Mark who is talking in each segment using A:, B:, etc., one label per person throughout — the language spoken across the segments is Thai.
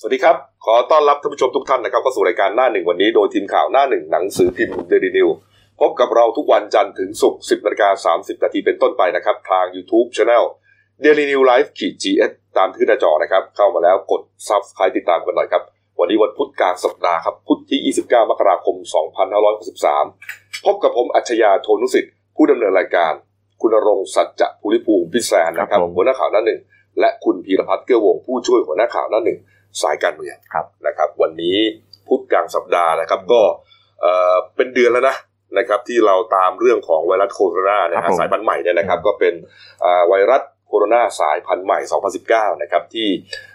A: สวัสดีครับ ขอต้อนรับท่านผู้ชมทุกท่านนะครับเข้าสู่รายการหน้าหนึ่งวันนี้โดยทีมข่าวหน้าหนึ่งหนังสือพิมพ์เดลินิวพบกับเราทุกวันจันทร์ถึงศุกร์10นาฬิกา30นาทีเป็นต้นไปนะครับ ทาง YouTube Channel Daily New Life ขีด GS ตามที่ขึ้นหน้าจอนะครับ เข้ามาแล้วกด Subscribe ติดตามกันหน่อยครับ วันนี้วันพุธกลางสัปดาห์ครับ พุธที่ 29 มกราคม 2563 พบกับผมอัจฉริยะโทนุสิทธิ์ผู้ดำเนินรายการ คุณณรงค์สัจจะภูริภูมิพิแสนนะค
B: ค
A: รั
B: รั
A: บบ
B: ผม
A: หัวหน้าข่าวหน้าหนึ่งและคุณพีรพัฒน์เกื้อวงผู้ช่วยหัวหน้าข่าวหน้าหนึ่งสายการเมือง
B: ครับ
A: นะครับวันนี้พุธกลางสัปดาห์นะครับก็เอ่อเป็นเดือนแล้วนะนะครับที่เราตามเรื่องของไวรัสโคโรนานะ
B: ค
A: ฮะ
B: รับผม
A: สายพันธุ์ใหม่เนี่ยนะครับก็เป็นเอ่อไวรัสโคโรนาสายพันธุ์ใหม่ 2019 นะครับที่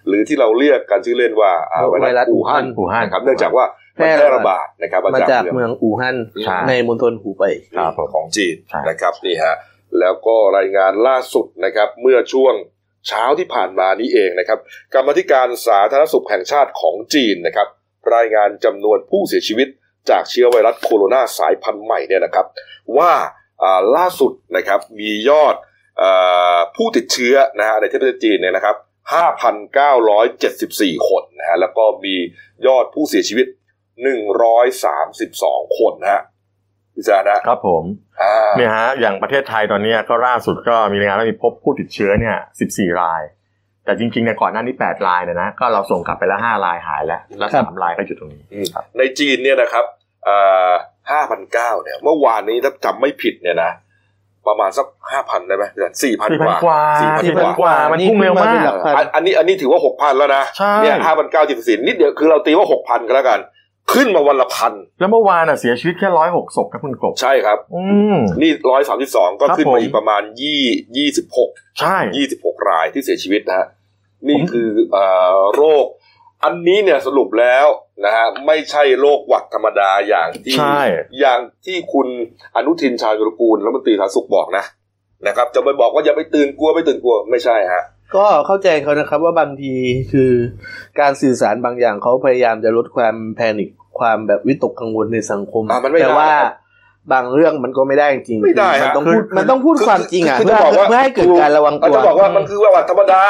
A: หรือที่เราเรียกกันชื่อเล่นว่าอ่าไว
C: ไวรั
A: รัส
C: ส
A: อู่ฮั่น
B: อู่ฮั่น
A: นะครับเนื่องจากว่ามันแพร่ระบาดนะครับ
C: มาจากเมื
A: อง
C: องอู่ฮั่น
A: ใช่
C: ในมณฑลหูเป่ย
B: ครับผม
A: ของจีน
B: ใช่
A: นะครับนี่ฮะแล้วก็รายงานล่าสุดนะครับเมื่อช่วงเช้าที่ผ่านมานี้เองนะครับกรรมาธิการสาธารณสุขแห่งชาติของจีนนะครับ รายงานจำนวนผู้เสียชีวิตจากเชื้อไวรัสโคโรนาสายพันธุ์ใหม่เนี่ยนะครับ ว่าอ่าล่าสุดนะครับมียอดอาผู้ติดเชื้อนะฮะในประเทศจีนเนี่ยนะครับ 5,974 คนนะฮะแล้วก็มียอดผู้เสียชีวิต 132 คนนะฮะพี่แซนนะครับ
B: ผม
A: อ่า
B: เนี่ยฮะอย่างประเทศไทยตอนเนี้ยก็ล่าสุดก็มีรายงานว่ามีพบผู้ติดเชื้อเนี่ย 14 ราย แต่จริงๆเนี่ยก่อนหน้านี้ 8 รายเนี่ยนะ ก็เราส่งกลับไปแล้ว 5 รายหายแล้ว และ3รายก็อยู่ตรงนี้
A: อืมในจีนเนี่ยนะครับห้าพันเก้าเนี่ย เมื่อวานนี้ถ้าจำไม่ผิดเนี่ยนะ ประมาณสักห้าพันได้ไหมสี่พันกว่า
B: 4,000
A: 4,000
B: 4,000 กว่ามันพุ่งเร็วมาก
C: ขึ้นเป็นหลัพัน
A: อันอันนี้อันนี้ถือว่าหกพันแล้วนะ
B: ใช่
A: เนี่ยห้าพันเก้าจิบสี่นิดเดียวคือเราตีว่าหกพันก็แล้วกัน ขึ้นมาวันละพัน
B: แล้วเมื่อวานน่ะเสียชีวิตแค่ร้อยหกศพนะคุณกบ
A: ใช่ครับ
B: อืม
A: นี่ร้อยสามสิบสองก็ขึ้
B: ครั
A: นา
B: บผม
A: ม อีกประมาณยี่ยี่สิบหก
B: ใช่
A: ยี่สิบหกรายที่เสียชีวิตนะฮะนี่คือเอ่อโรค อันนี้เนี่ยสรุปแล้วนะฮะไม่ใช่โรคหวัดธรรมดาอย่างที่
B: ใช่
A: อย่างที่คุณอนุทินชาญวิรกูลรัฐมนตรีสาธารณสุขบอกนะนะครับ จะไปบอกว่าอย่าไปตื่นกลัวไม่ตื่นกลัวไม่ใช่ฮะ
C: ก็เข้าใจเขานะครับว่าบางทีคือการสื่อสารบางอย่างเขาพยายามจะลดความแพนิคความแบบวิตกกังวลในสังคม
A: อ่ะมันไม่ได้
C: แต่ว่าบางเรื่องมันก็ไม่ได้จริง
A: ไม่ได้
C: มัน
A: ฮะ
C: ต้องพูด
A: คือ
C: มันต้องพูดความจริงอ่ะ
A: คือ
C: เพื่
A: จะ
C: อ
A: บอกว่า
C: เพื่อให้เกิดการระวัง
A: อาจ
C: ตัว
A: จะบอกว่ามันคือว่าหวัดธรรมดา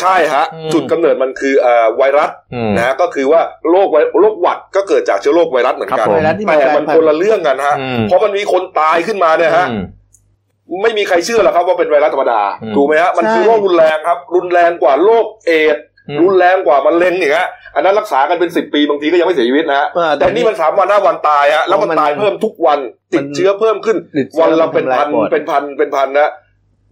A: ใช่ฮะ
B: อืม
A: จุดกำเนิดมันคือเอ่อไวรัส
B: อืม
A: นะฮะก็คือว่าโรคไวโรคหวัดก็เกิดจากเชื้อโรคไวรัสเหมือนกัน
B: ครับผม
C: ไวรัสที่มัน
A: แต่
C: กลายพั
A: มัน น
C: ธุ์
A: คนละเรื่องกันฮะ
B: อืม
A: เพราะมันมีคนตายขึ้นมาเนี่ยฮะ
B: อืม
A: ไม่มีใครเชื่อหรอกครับว่าเป็นไวรัสธรรมดา
B: อืม
A: ถูกไหมฮะมันคือ
C: ใช่
A: โรครุนแรงครับ รุนแรงกว่าโรคเอดส์
B: อื
A: รุ
B: ม
A: นแรงกว่ามะเร็งอย่างเงี้ยอันนั้นรักษากันเป็นสิบปีบางทีก็ยังไม่เสียชีวิตนะฮะ
C: เออ
A: แต่นี่มันสามวันห้าวันตายฮะแล้วมัน
C: มัน
A: ตายเพิ่มทุกวันติดเชื้อเพิ่มขึ้น
C: ติดเชื้อ
A: วันละเป็นพัน
C: ทำลายปอด
A: เป็นพันเป็นพันนะ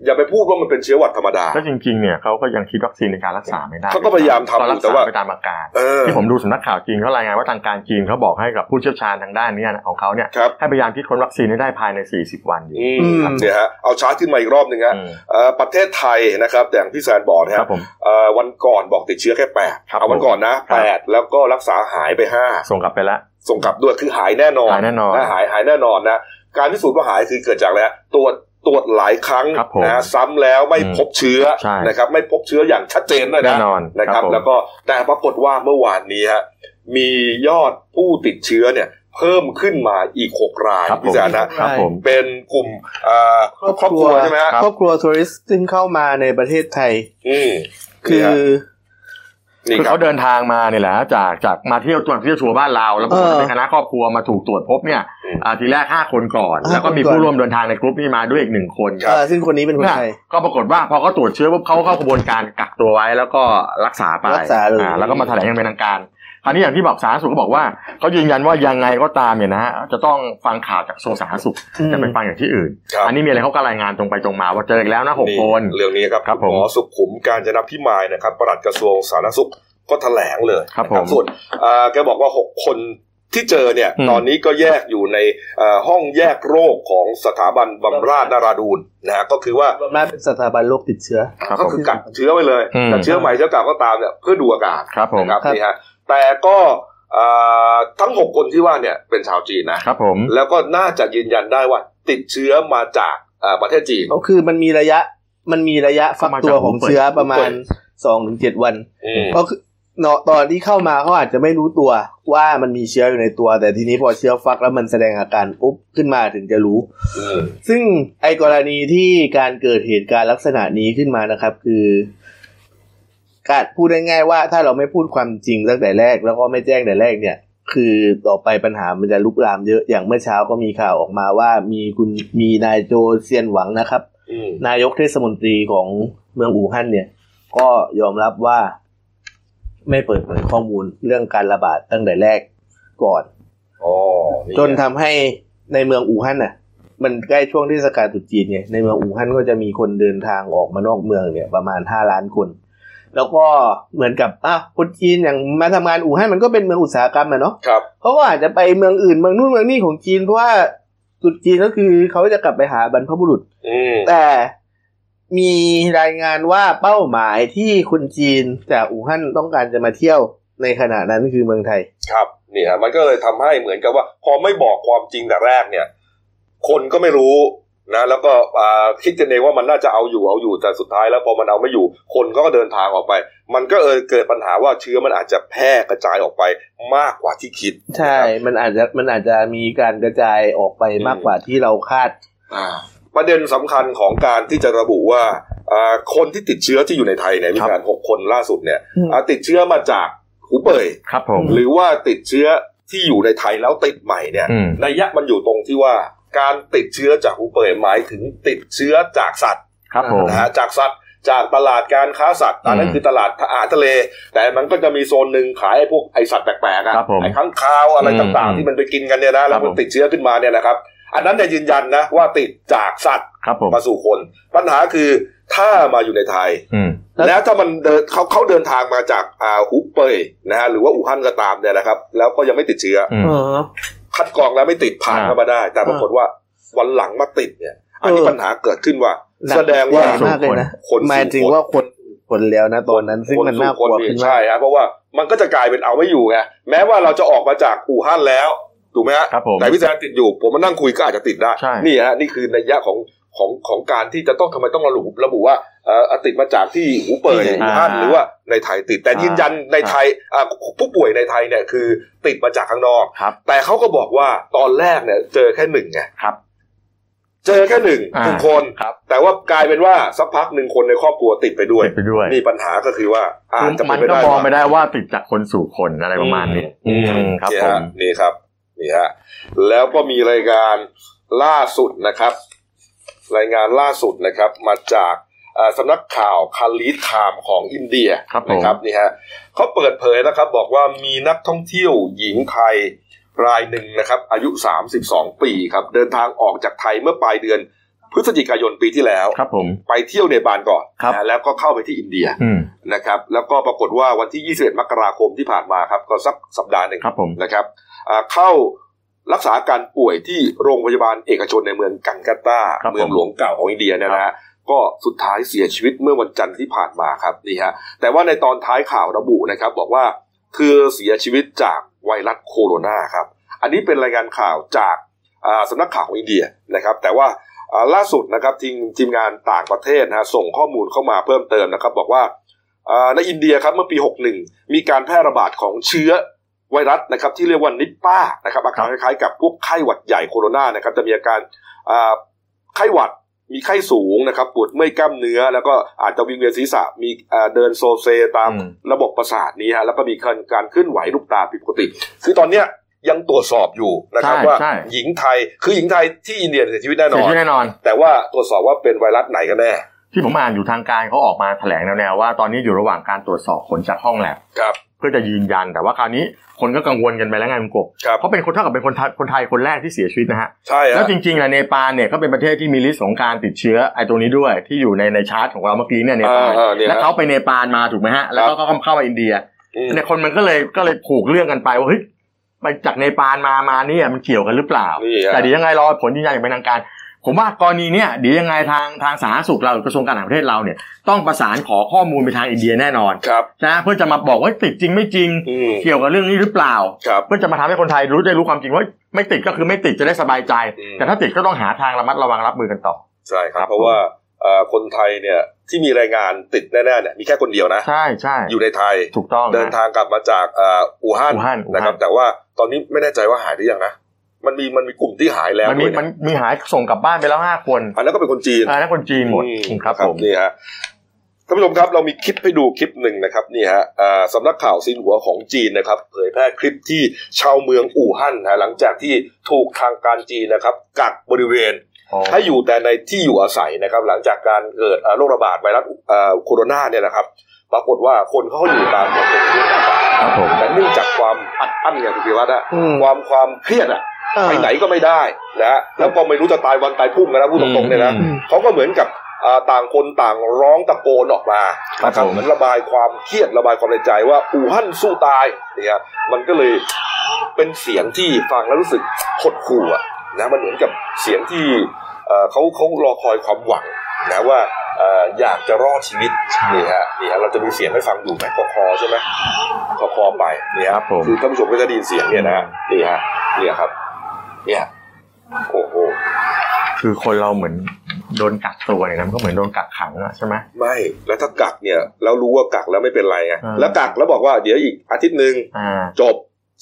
A: อย่าไปพูดว่ามันเป็นเชื้อหวัดธรรมดา
B: แล้วจริงๆ เนี่ยเขาก็ยังคิดวัคซีนในการรักษาไม่ได้
A: เขาก็พยายามทำ
B: ก็รัก
A: แต่
B: ษา
A: ว่า
B: ไปตามอาการ
A: เออ
B: ที่ผมดูสำนักข่าวจีนเขารายงานว่าทางการจีนเขาบอกให้กับผู้เชี่ยวชาญทางด้านเนี้ของเขาเนี่ย
A: ครับ
B: ให้พยายามคิดค้นวัคซีนให้ได้ภายใน 40 วันอยู่
A: อืม
C: อืม
A: เนี่ยฮะเอาชาร์ตขึ้นมาอีกรอบหนึ่งฮะ
B: อืม
A: เอ่อประเทศไทยนะครับแต่อย่างที่แซนบอกนะ
B: ค
A: ฮะ
B: รับผม
A: เอ่อวันก่อนบอกติดเชื้อแค่แปด
B: ครับ
A: เอาวันก่อนนะครับ แปดแล้วก็รักษาหายไปห้า
B: ส่งกลับไปแล้ว
A: ส่งกลับด้วยคือหายแน่นอน
B: หายแน่นอนะ
A: หายหายแน่นอนนะการพิสูจน์ว่าหายคือเกิดจากอะไรฮะตรวจตรวจหลายครั้ง
B: ครับผม
A: นะฮะซ้ำแล้วไม่
B: อืม
A: พบเชื้อ
B: ใช่
A: นะครับไม่พบเชื้ออย่างชัดเจนด้วยนะ
B: แน่นอน
A: นะครับ
B: ผม
A: แล้วก็แต่ปรากฏว่าเมื่อวานนี้ฮะมียอดผู้ติดเชื้อเนี่ย เพิ่มขึ้นมาอีก 6 ราย
B: ครับผ
A: พี่
B: ม
A: จานะครับ
B: ผม
A: เป็นกลุ่มเอ่อครอบครัวใช่ไหมฮะ
C: ครอบครัวทัวริสต์ซึ่งเข้ามาในประเทศไทย
A: อืม
C: คือ
A: นี่
B: คือ
A: ครับ
B: เขาเดินทางมาเนี่ยแหละจากจากมาเที่ยวตรวจเที่ยวชัวร์บ้านเรา แล้ว
C: เออ
B: เป็นคณะครอบครัวมาถูกตรวจพบเนี่ยอ่าทีแรก 5 คนก่อน
C: ห้า
B: แล้วก็มี
C: คนก่อน
B: ผู้ร่วมเดินทางในกรุ๊ปนี้มาด้วยอีกหนึ่งคน
C: เอ่อซึ่งคนนี้เป็นคน
B: น่ะ
C: ไทย
B: ก็ปรากฏว่าพอเขาตรวจเชื้อปุ๊บเขาเข้ากระบวนการกักตัวไว้ แล้วก็รักษาไป
C: รักษาเลย
B: อ่แล้วก็มาแถลงอย่างเป็นทางการคราวนี้อย่างที่บอกสาธารณสุขก็บอกว่าเขายืนยันว่ายังไงก็ตามเนี่ยนะฮะจะต้องฟังข่าวจากโซนสาธารณสุข
C: อืม
B: จะไปฟังอย่างที่อื่น
A: ครับ
B: อันนี้มีอะไรเขาก็รายงานตรงไปตรงมาว่าเจออีกแล้วนะหกคน
A: เรื่องนี้ครับ
B: ครับ
A: ณหมอ
B: ผม
A: สุขุมการจนพิมายนะครับปลัดกระทรวงสาธารณสุขก็แถลงเลย
B: ครับ
A: นะ
B: ผม
A: ส่วนเอ่อแกบอกว่า 6 คนที่เจอเนี่ย
B: อืม
A: ตอนนี้ก็แยกอยู่ในเอ่อห้องแยกโรคของสถาบันบำราศนาราดูนนะฮะก็คือว่า
C: แม่เป็นสถาบันโรคติดเชื้อ
B: ครับ
A: ก็
B: ผม
A: คือกักเชื้อไปเลย
B: อืม
A: แต่เชื้อใหม่เชื้อเก่าก็ตามเนี่ยเพื่อดูอาการ
B: ครับผม
A: นะครับ
C: ครับ
A: นี่ฮะแต่ก็เอ่อทั้งหกคนที่ว่าเนี่ยเป็นชาวจีนนะครับ
B: ผม
A: แล้วก็น่าจะยืนยันได้ว่า ติดเชื้อมาจากเอ่อประเทศจีน
C: ก็คือมันมีระยะมันมีระยะฟักตัวของเชื้อประมาณสองถึงเจ็ดวัน
A: อืม
C: ก็คือเนาะตอนที่เข้ามาเขาอาจจะไม่รู้ตัวว่ามันมีเชื้ออยู่ในตัว แต่ทีนี้พอเชื้อฟักแล้วมันแสดงอาการปุ๊บขึ้นมาถึงจะรู้
A: อืม
C: ซึ่งไอกรณีที่การเกิดเหตุการณ์ลักษณะนี้ขึ้นมานะครับ คือ การพูดได้ง่ายว่าถ้าเราไม่พูดความจริงตั้งแต่แรก แล้วก็ไม่แจ้งแต่แรกเนี่ย คือต่อไปปัญหามันจะลุกลามเยอะอย่างเมื่อเช้าก็มีข่าวออกมาว่ามีคุณมีนายโจเซียนหวังนะครับ
A: อืม
C: นายกเทศมนตรีของเมืองอู่ฮั่นเนี่ย ก็ยอมรับว่าไม่เปิดเผยข้อมูลเรื่องการระบาดตั้งแต่แรกก่อน
A: อ๋อ
C: จนทำให้ในเมืองอู่ฮั่นน่ะ มันใกล้ช่วงเทศกาลตรุษจีนไงในเมืองอู่ฮั่นก็จะมีคนเดินทางออกมานอกเมืองเนี่ย ประมาณห้าล้านคน แล้วก็เหมือนกับอ้าวคนจีนอย่างมาทำงานอู่ฮั่นมันก็เป็นเมืองอุตสาหกรรมอะเนาะ
A: ครับ
C: เขาก็อาจจะไปเมืองอื่นเมืองนู่นเมืองนี่ของจีนเพราะว่าตรุษจีนก็คือเขาจะกลับไปหาบรรพบุรุษ
A: อืม
C: แต่มีรายงานว่าเป้าหมายที่คนจีนจากอู่ฮั่นต้องการจะมาเที่ยวในขณะนั้นคือเมืองไทย
A: ครับเนี่ยมันก็เลยทำให้เหมือนกับว่า พอไม่บอกความจริงแต่แรกเนี่ย คนก็ไม่รู้นะแล้วก็อ่าคิดกันเองว่ามันน่าจะเอาอยู่เอาอยู่แต่สุดท้ายแล้วพอมันเอาไม่อยู่ คนก็เดินทางออกไป มันก็เออเกิดปัญหาว่าเชื้อมันอาจจะแพร่กระจายออกไปมากกว่าที่คิด
C: ใช่ มันอาจจะ มันอาจจะมีการกระจายออกไปมากกว่าที่เราคาด
A: อ่าประเด็นสำคัญของการที่จะระบุว่าอ่าคนที่ติดเชื้อที่อยู่ในไทยเนี่ยมีการหกคนล่าสุดเนี่ย
C: อืม
A: อ่าติดเชื้อมาจากหูเป่ย
B: ครับผม
A: หรือว่าติดเชื้อที่อยู่ในไทยแล้วติดใหม่เนี่ย
B: อืม
A: นัยยะมันอยู่ตรงที่ว่าการติดเชื้อจากหูเป่ยหมายถึงติดเชื้อจากสัตว์
B: ครับผม
A: นะฮะจากสัตว์จากตลาดการค้าสัตว์อันนั้น
B: อืม
A: คือตลาดอาหารทะเล แต่มันก็จะมีโซนหนึ่งขายไอ้พวกไอสัตว์แปลกๆอะ
B: ครับผม
A: ไอข้างคาวอะไร
B: อืม
A: ต่าง
B: อื
A: ๆ
B: ม
A: ที่มันไปกินกันเนี่ยนะแล้ว
B: ครั
A: มั
B: บ
A: น
B: ผม
A: ติดเชื้อขึ้นมาเนี่ยนะครับ อันนั้นจะยืนยันนะว่าติดจากสัตว์
B: ครับผม
A: มาสู่คน ปัญหาคือถ้ามาอยู่ในไทย
B: อืม
C: แล้ว
A: แล้วถ้ามันเดินเขาเขาเดินทางมาจากอ่าฮุเปยนะฮะหรือว่าอู่ฮั่นก็ตามเนี่ยนะครับ แล้วก็ยังไม่ติดเชื้ออ
B: ม
C: เออ
A: คัดกรองแล้วไม่ติดผ่าน
B: อ่า
A: เข้ามาได้ แต่ปรากฏว่าวันหลังมาติดเนี่ย อันนี้
C: เออ
A: ปัญหาเกิดขึ้นว่า แสดงว่า
C: หนักมากเลยนะ
A: คน
C: หมายถึง
A: สู่คน
C: ว่าคนคนแล้วนะตอนนั้น ซึ่ง
A: คน
C: มัน
A: สู่
C: น่าก
A: คน
C: ลัว
A: เอ
C: ขึ้
A: ง
C: นมาก
A: ใช่ฮะเพราะว่ามันก็จะกลายเป็นเอาไม่อยู่ไงแม้ว่าเราจะออกมาจากอู่ฮั่นแล้วถูกไหมฮะ
B: ครับผม
A: แต่พี่แซนติดอยู่ ผมมานั่งคุยก็อาจจะติดได้
B: ใช่
A: นี่ฮะนี่คือนัยยะของของของการที่จะต้องทำไมต้องระบุระบุว่าเอ่อติดมาจากที่หูเป่ยอู่ฮั่นหรือว่าในไทยติด แต่ยืนยันในไทยอ่าผู้ป่วยในไทยเนี่ยคือติดมาจากข้างนอก
B: ครับ
A: แต่เขาก็บอกว่าตอนแรกเนี่ยเจอแค่หนึ่งไง
B: ครับ
A: เจอแค่หนึ่ง
B: อ่า
A: หนึ่งคน
B: ครับ
A: แต่ว่ากลายเป็นว่าสักพักหนึ่งคนในครอบครัวติดไปด้วย
B: ติดไปด้วย
A: นี่ปัญหาก็คือว่าอาจจะเป็
B: มัน น
A: ไป
B: ก็
A: ได้
B: มอง
A: ว่า
B: ไปได้ว่าติดจากคนสู่คนอะไรประมาณนี้
A: อืม
B: อืมครับ
A: เนี่ย
B: ผ
A: ฮะ
B: ม
A: นี่ครับนี่ฮะแล้วก็มีรายงานล่าสุดนะครับ รายงานล่าสุดนะครับ มาจากเอ่อสำนักข่าวคาลีทามของอินเดีย
B: ครับผม
A: นะครับนี่ฮะเขาเปิดเผยนะครับ บอกว่ามีนักท่องเที่ยวหญิงไทยรายหนึ่งนะครับ อายุ 32 ปีครับ เดินทางออกจากไทยเมื่อปลายเดือน พฤศจิกายนปีที่แล้ว
B: ครับผม
A: ไปเที่ยวเนปาลก่อน
B: ครับ
A: นะแล้วก็เข้าไปที่อินเดีย
B: อืม
A: นะครับแล้วก็ปรากฏว่าวันที่ 21 มกราคมที่ผ่านมาครับก็สักสัปดาห์หนึ่ง
B: ครับผม
A: นะครับอ่าเข้ารักษาอาการป่วยที่โรงพยาบาลเอกชนในเมืองกันกาตา
B: ครับผม
A: เมืองหลวงเก่าของอินเดียเนยนะฮะก็สุดท้ายเสียชีวิตเมื่อวันจันทร์ที่ผ่านมาครับนี่ฮะแต่ว่าในตอนท้ายข่าวระบุนะครับ บอกว่าเธอเสียชีวิตจากไวรัสโคโรนาครับ อันนี้เป็นรายงานข่าวจากอ่าสำนักข่าวของอินเดียนะครับ แต่ว่า อ่าล่าสุดนะครับทีมทีมงานต่างประเทศนะฮะส่งข้อมูลเข้ามาเพิ่มเติมนะครับ บอกว่าอ่าในอินเดียครับเมื่อปี 61 มีการแพร่ระบาดของเชื้อไวรัสนะครับ ที่เรียกว่านิปป้านะครับอาการคล้ายๆกับพวกไข้หวัดใหญ่โคโรนานะครับ จะมีอาการอ่าไข้หวัดมีไข้สูงนะครับ ปวดเมื่อยกล้ามเนื้อ แล้วก็อาจจะวิงเวียนศีรษะมีอ่าเดินโซเซตาม
B: อืม
A: ระบบประสาทนี้ฮะแล้วก็มีการการเคลื่อนไหวลูกตาผิดปกติ คือตอนเนี้ยยังตรวจสอบอยู่นะครับ
B: ใช่
A: ว่า
B: ใช่
A: หญิงไทยคือหญิงไทยที่อินเดียเสียชีวิตแน่น
B: เสี
A: อยน
B: ชีวิตแน่นอน
A: แต่ว่าตรวจสอบว่าเป็นไวรัสไหนกันแน่
B: ที่ผมอ่านอยู่ทางการเขาออกมาแถลงแนวๆว่าตอนนี้อยู่ระหว่างการตรวจสอบผลจากห้องแลบ
A: ครับ
B: เพื่อจะยืนยันแต่ว่าคราวนี้คนก็กังวลกันไปแล้วไงคุณกบ
A: ครับ
B: เพราะเป็นคนเท่ากับเป็นคนไทยคนไทยคนแรกที่เสียชีวิตนะฮะ
A: ใช่ฮะ
B: แล้วจริงๆนะเนปาลเนี่ยก็เป็นประเทศที่มีลิสต์ของการติดเชื้อไอ้ตัวนี้ด้วยที่อยู่ในในชาร์ตของเราเมื่อกี้เนี่ยเน
A: อ่
B: ปาล
A: อ่เนี่ย
B: แล้ว
A: ฮะ
B: เขาไปเนปาลมาถูกไหมฮะแล้ว
A: ครั
B: ก็
A: บ
B: เขาเข้ามาอินเดีย
A: อืม
B: เนี่ยคนมันก็เลยก็เลยผูกเรื่องกันไปว่าเฮ้ยไปจากเนปาลมามาเนี่ยมันเกี่ยวกันหรือเปล่า
A: นี่ฮะ
B: แต่เดียวยังไงรอผลยืนยันอย่างเป็นทางการ ผมว่ากรณีเนี้ยเดียวยังไงทางทางสาธารณสุขเราหรือกระทรวงการต่างประเทศเราเนี่ยต้องประสานขอข้อมูลไปทางอินเดียแน่นอน
A: ครับ
B: นะเพื่อจะมาบอกว่าติดจริงไม่จริง
A: อืม
B: เกี่ยวกับเรื่องนี้หรือเปล่า
A: ครับ
B: เพื่อจะมาทำให้คนไทยรู้ได้รู้ความจริงว่าไม่ติดก็คือไม่ติดจะได้สบายใจ
A: อืม
B: แต่ถ้าติดก็ต้องหาทางระมัดระวังรับมือกันต่อ
A: ใช่ครั
B: ครับ บ
A: เพราะว่าเอ่อคนไทยเนี่ยที่มีรายงานติดแน่ๆเนี่ยมีแค่คนเดียวนะ
B: ใช่ใช่
A: อยู่ในไทย
B: ถูกต้อง
A: เดิน
B: นะ
A: ทางกลับมาจากเอ่ออู่ฮั่น
B: อู่ฮั่นอู่ฮั่น
A: นะครับ แต่ว่าตอนนี้ไม่แน่ใจว่าหายหรือยังนะ มันมีมันมีกลุ่มที่หายแล้ว
B: มันมี
A: ด้วย
B: มั
A: เย
B: นมีหายส่งกลับบ้านไปแล้วห้าคน
A: อันนั้นก็เป็นคนจีน
B: อันนั้นคนจีนหมด
A: อื
B: ครับผม
A: นี่ฮะ ท่านผู้ชมครับเรามีคลิปให้ดูคลิปหนึ่งนะครับนี่ฮะอ่าสำนักข่าวซินหัวของจีนนะครับ เผยแพร่คลิปที่ชาวเมืองอู่ฮั่นนะหลังจากที่ถูกทางการจีนนะครับกักบริเวณ ให้อยู่แต่ในที่อยู่อาศัยนะครับ หลังจากการเกิดเอ่อโรคระบาดไวรัสเอ่อโคโรนาเนี่ยนะครับ ปรากฏว่าคนเขาอยู่ตามปกติ
B: ครับผม
A: แต่เนื่องจากความอัดอั้นไงคุณพิวัตรอะ
C: อืม
A: ความความเครียดอะไปไหนก็ไม่ได้นะฮะแล้วก็ไม่รู้จะตายวันตายพรุ่งนะนะพูดตรงๆเนี่ยนะ
B: อืม
A: เขาก็เหมือนกับเอ่อต่างคนต่างร้องตะโกนออกมา
B: ครับผม
A: เหมือนระบายความเครียดระบายความในใจว่าอู่ฮั่นสู้ตายเนี่ยมันก็เลยเป็นเสียงที่ฟังแล้วรู้สึกหดหู่อะนะมันเหมือนกับเสียงที่ เอ่อเขาเขารอคอยความหวังนะว่าเอ่ออยากจะรอดชีวิต
B: ใช่
A: นี่ฮะนี่ฮะเราจะมีเสียงให้ฟังอยู่ไหมคอคอใช่ไหมคอคอไปนี่ค
B: ครั
A: รั
B: บบ ผม
A: คือท่านผู้ชมก็จะได้ยินเสียงเนี่ยนะฮะนี่ฮะเนี่ยครับ เนี่ยโอ้โห
B: คือคนเราเหมือนโดนกักตัวเนี่ยนะมันก็เหมือนโดนกักขังอะใช่ไหม
A: ไม่แล้วถ้ากักเนี่ยแล้วรู้ว่ากักแล้วไม่เป็นไรไง
B: อ่า
A: แล้วกักแล้วบอกว่าเดี๋ยวอีกอาทิตย์หนึ่ง
B: อ่า
A: จบ